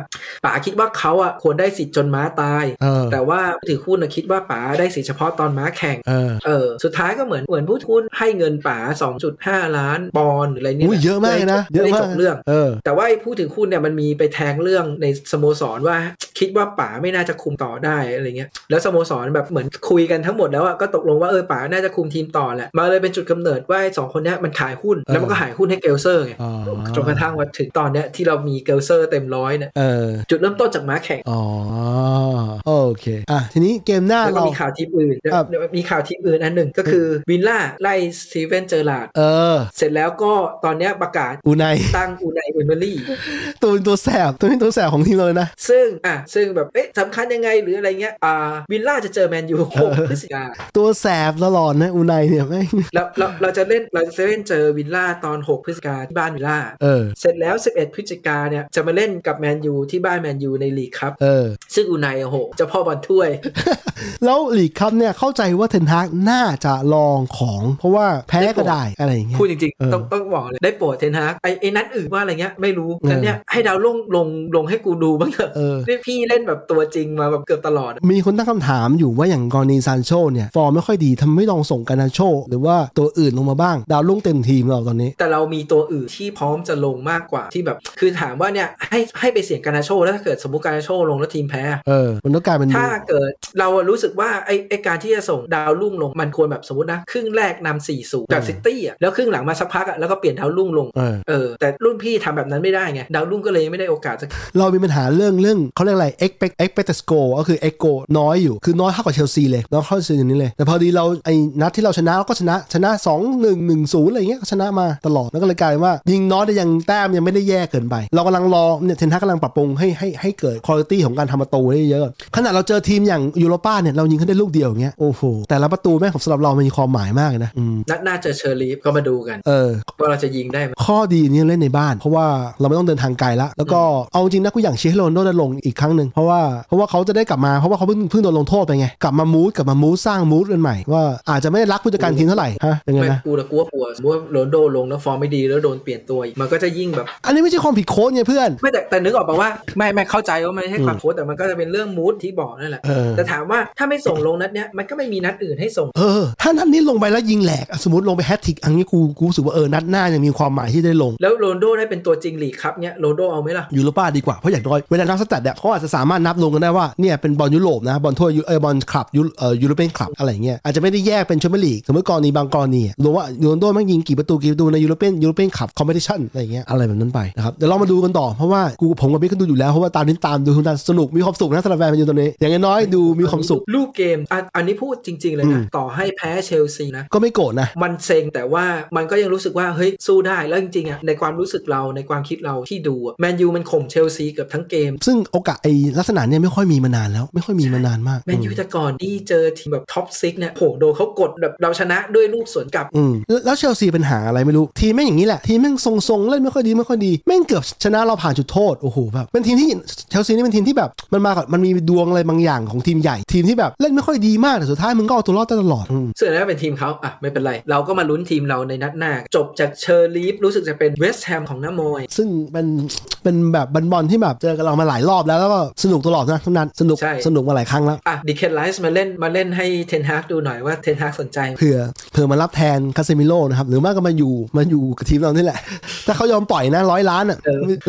S2: ป๋าคิดว่าเขาอะควรได้สิทธิ์จนม้าตาย
S1: เออ
S2: แต่ว่าผู้ถือหุ้นน่ะคิดว่าป๋าได้สิทธิ์เฉพาะตอนม้าแข่ง
S1: เออ
S2: เออสุดท้ายก็เหมือนเหมือนผู้ทุนให้เงินป๋า 2.5 ล้านปอนด์หรืออะไรเนี่ย
S1: อุ้ยเยอะมากเลยนะ เย
S2: พื่
S1: อะ
S2: ให้
S1: มา
S2: จ
S1: ก
S2: บเรื่อง
S1: เออ
S2: แต่ว่าไอ้ผู้ถือหุ้นเนี่ยมันมีไป ไปแทงเรื่องในสโมสรว่า คิดว่าป๋าไม่น่าจะคุมต่อได้อะไรเงี้ยแล้วสโมสรแบบเหมือนคุยกันทั้งหมดแล้วอะก็ตกลงว่าเออป๋าน่าจะคุมทีมต่อแหละมาเลยเป็นจุดกำเนิดว่าไอ้สองคนเนี้ยมันขายหุ้นแล้วมันก็ขายหุ้นให้เกลเซอร์ไง
S1: อ๋อ
S2: จนกระทั่งว่าถึงตอนเนี้ยที่เรามีเกลเซอร์เต็มร้อยเนี่ย
S1: เออ
S2: จุดเริ่มต้นจากม้าแข่ง
S1: อ๋อ โอเค อ่ะ ทีนี้เกมหน้า
S2: แล้วก็
S1: เรา
S2: มีข่าวทีมอื่น
S1: ครับ
S2: มีข่าวทีมอื่นอันหนึ่งก็คือวินล่าไล่สตีเวนเจอร์ลาร์ด
S1: เออ
S2: เสร็จแล้วก็ตอนเนี้ยประกาศ
S1: อูไน
S2: ตั้งอูไนเอเมอรี่
S1: ตัวเป็นตัวแสบตัวเป็นตัวแสบของทีมเราเลยนะ
S2: ซึ่งอ่ะซึ่งแบบเอ๊ะสำคัญยังไงหรืออะไรเงี้ยอ่าวินล่าจะเจอแมนยูหกพฤศจิกา
S1: ตัวแสบตลอดนะอูไนเนี่ยไม่ง
S2: แล้วเราเราจะเล่นเราจะเล่นเจอวินล่าตอน 6 พฤศจิกาที่บ้านวินล่า
S1: เออ
S2: เสร็จแล้ว 11 พฤศจิกาเนี่ยจะมาเล่นกับแมนยูที่บ้านแมนยูในลีกครับ
S1: เออ
S2: ซึ่งอูไนโอ้โหเจ้าพ่อบอล ถ้วย
S1: แล้วหลีกครับเนี่ยเข้าใจว่าเทนฮากน่าจะลองของเพราะว่าแพ้ก็ได้อะไรอย่างเงี้ย
S2: พูดจริง
S1: เออ
S2: ๆ ต้องต้องบอกเลยได้โปรดเทนฮากไอไอนัดอื่นว่าอะไรเงี้ยไม่รู้
S1: เออ
S2: กันเนี้ยให้ดาวลงลงลงให้กูดูบ้างเถอะ
S1: เออ
S2: นี่พี่เล่นแบบตัวจริงมาแบบเกือบตลอดอะ
S1: มีคนตั้งคำถามอยู่ว่าอย่างกรณีซานโชเนี่ย ฟอร์มไม่ค่อยดีทำไมไม่ลองส่งกานาโช หรือว่าตัวอื่นลงมาบ้าง ดาวลุ่งเต็มทีมเราตอนนี้
S2: แต่เรามีตัวอื่นที่พร้อมจะลงมากกว่าที่แบบคือถามว่าเนี่ยให้ให้ไปเสี่ยงการนาโชแล้วถ้าเกิดสมมติการนาโชลงแล้วทีมแพ้
S1: เออ มันก็กลายเป็น
S2: ถ้าเกิดเราอะรู้สึกว่าไอไอการที่จะส่งดาวรุ่งลงมันควรแบบสมมตินะครึ่งแรกนำ4สูกับ
S1: เออ
S2: ซิตี้อ่ะแล้วครึ่งหลังมาสักพักอ่ะแล้วก็เปลี่ยนดาวรุ่งลง
S1: เออ
S2: เออแต่รุ่นพี่ทำแบบนั้นไม่ได้ไงดาวรุ่งก็เลยยังไม่ได้โอกาสจะ
S1: เรามีปัญหาเรื่องเรื่องเขาเรียกอะไร expect expected score ก็คือ expect goal น้อยอยู่ คือน้อยเท่ากับเชลซีเลยน้อยเท่าเชลซีอย่างนี้เลย แต่พอดีเราไอ้นัดที่เราชนะเราก็ชนะชนะ 2 1 1 0 อะไรเงี้ยก็ชนะมาตลอด แล้วก็เลยกลายเป็นว่า ยิงน้อยแต่ยังแต้มยังไม่ได้แย่เกินไป เรากำลังรอเนี่ยเทนฮากกำลังปรับปรุงให้ให้ให้เกิดคุณภาพของการทำประตูได้เยอะขนาดเราเจอทีมอย่างยูโรป้าเนี่ยเรายิงเขาได้ลูกเดียวอย่างเงี้ยโอ้โหแต่ละประตูแม่งของสำหรับเรามันมีความหมายมากเลยนะอืม
S2: นัดหน้าเจอเชอรีฟก็มาดูกัน
S1: เออ
S2: ว่าเราจะยิงได้ไหม
S1: ข้อดีเนี่ยเล่นในบ้าน เพราะว่าเราไม่ต้องเดินทางไกลละแล้วก็เอาจริงนะกูอยากเชียร์ให้โรนลโดได้ลงอีกครั้งหนึ่งเพราะว่าเพราะว่าเขาจะได้กลับมาเพราะว่าเขาเพิ่งเพิ่งโดนลงโทษไปไง กลับมามูดกลับมามูดสร้างมูดกันใหม่ว่าอาจจะไม่ได้รักผู้จัดการทีมเท่าไหร่ฮะยังไง
S2: ไม่
S1: นะ
S2: กูละกลัวกลัวสมมติว่าโรนลโดลงแล้วฟอร์มไม่ดีแล้วโดนเปลี่ยนตัวอีกมันก็จะยิ่งแบบ
S1: อันนี้ไม่ใช่ความผิดโค้ชไงเพื่อน
S2: ไม่แต่แต่นึกออกปะว่าไม่ไม่เข้าใจว่ามันไม่ใช่ความโค้ชแต่มันก็จะเป็นเรื่องมูดที่บอกนั่นแหละ
S1: เออ
S2: แต่ถามว่าถ้าไม่ส่งลงนัดเนี้ยมันก็ไม่มีนัดอื่นให้ส่ง
S1: เออ ถ้านัดนี้ลงไปแล้วยิงแหลกอ่ะสมมติลงไปแฮตทริกอันนี้กูกูรู้สึกว่าเออนัดหน้ายังมีความหมายที่ได้ลง
S2: แล้วโรนลโดได้เป็นตัวจริงหลีกครับเนี้ยโรนลโดเอาไหมล่ะ
S1: ยูโรป้าดีกว่าเพราะอย่างน้อยเวลานับสแตทเนี่ยเขาอาจจะสามารถนับลงกันได้ว่าเนี่ยเป็นบอลยุโรปนะบอลทั่วยุเออบอลคลับยุเออยุโรเปียนคลับอะไรอย่างเงี้ยอาจจะไม่ได้แยกเป็นแชมเปี้ยนลีกสมมติกรณีบางกรณีรู้ว่าโรนลโดแม่งยิงกี่ประตูกี่ประตูในยุโรเปียนยุโรเปียนคลับคอมเพติชันอะไรอย่างเงี้ยอะไรแบบนั้นไปนะครับเดี๋ยวเรามาดูกันต่อเพราะว่ากูผมกับบิ๊กก็ดูอยู่แล้วเพราะว่าตามนี้ตามดูทุกท่านสนุกมีความสุขนะสำหรับแฟนแมนยูตอนนี้ อย่างน้อยๆดูมีความสุข
S2: ลูกเกมอ่ะอันนี้พูดจริง ๆ เลยนะ
S1: อืม
S2: ต่อให้แพ้เชลซีนะ
S1: ก็ไม่โกรธนะ
S2: มันเซ็งแต่ว่ามันก็ยังรู้สึกว่าเฮ้ยสู้ได้แล้วจริงๆอ่ะในความรู้สึกเราในความคิดเราที่ดูแมนยูมันข่มเชลซีเกือบทั้งเกม
S1: ซึ่งโอกาสไอ้ลักษณะเนี่ยไม่ค่อยมีมานานแล้วไม่ค่อยมีมานานมาก
S2: แมนยูแต่ก่อนที่เจอทีมแบบท็อปซิกเนี่ยโหโดนเขากดแบบเราชนะด้วยลูกสวนกลับ
S1: อืมแล้วแล้วเชลซีเป็นหาอะไรไม่รู้ ทีมแม่งอย่างนี้แหละ ทีมแม่งทรงๆเล่นไม่ค่อยดีไม่ค่อยดีแม่งเกือบชนะเราผ่านจุดโทษโอ้โหแบบเป็นทีมที่เชลซีนี่เป็นทีมที่แบบมันมากับมันมีดวงอะไรบางอย่างของทีมใหญ่ ทีมที่แบบเล่นไม่ค่อยดีมากแต่สุดท้ายมึงก็เอาตัวรอดได้ตลอดอืม
S2: เสื้อนั้นเป็นทีมเขาอ่ะ ไม่เป็นไร เราก็มาลุ้นทีมเราในนัดหน้า จบจากเชอร์ลีฟรู้สึกจะเป็นเวสต์แฮมของน้ามอย
S1: ซึ่งเป็นเป็นแบบบอลบอลที่แบบเจอกับเรามาหลายรอบแล้วแล้วก็สนุกตลอดนะทุกนัดสนุกสนุกมาหลายครั้งแล้ว
S2: อ่ะดิเคนไลส์มาเล่นมาเล่นให้เทนฮากดูหน่อยว่าเทนฮากสนใจไหม
S1: เผื่อเผื่อมารับแทนคาเซมิโลนะครับหรือไมากก็มาอยู่มาอยู่กับทีมเรานี่แหละ ถ้าเขายอมปล่อยนะร้อยล้านอ่ะ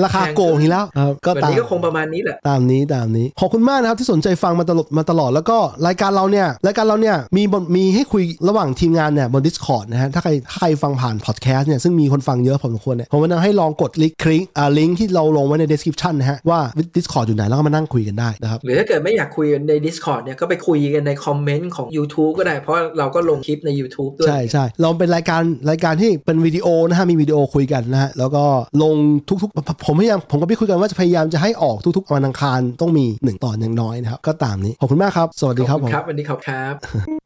S1: ราคาโกงอย่างนี้แล้วครับก็ตาม
S2: วันนี้ก็คงประมาณนี้แหละ
S1: ตามนี้ตามนี้ ขอบคุณมากนะครับที่สนใจฟังมาตลอดมาตลอดแล้วก็รายการเราเนี่ยรายการเราเนี่ยมีบนมีให้คุยระหว่างทีมงานเนี่ยบน Discord นะฮะถ้าใครถ้าใครฟังผ่านพอดแคสต์เนี่ยซึ่งมีคนฟังเยอะพอสมควรเนี่ยผมแนะนำให้ลองกดลิงก์คลิกอ่าลิงก์ที่เราลงไว้ใน description นะฮะว่า Discord อยู่ไหนแล้วก็มานั่งคุยกันได้นะครับ
S2: หรือถ้าเกิดไม่อยากคุยใน Discord เนี่ย ก็ไปคุยกันในคอมเมนต์ของ YouTube ก็ได้ เพราะเราก็ลงคลิปใน YouTube ด้วย
S1: ใช่ใช่เราเป็นรายการรายการที่เป็นวิดีโอนะฮะมีวิดีโอคุยกันนะฮะแล้วก็ลงทุกๆ ผมพยายามผมกับพี่คุยกันว่าจะพยายามจะให้ออกทุกๆวันอังคารต้องมีหนึ่งตอนอย่างน้อยนะครับก็ตามนี้ขอบคุณมากครับ สวัสดีค
S2: ข
S1: รั
S2: อ
S1: บบ ผ
S2: คุณ
S1: ม
S2: ครับ วันนี้ขอบครับ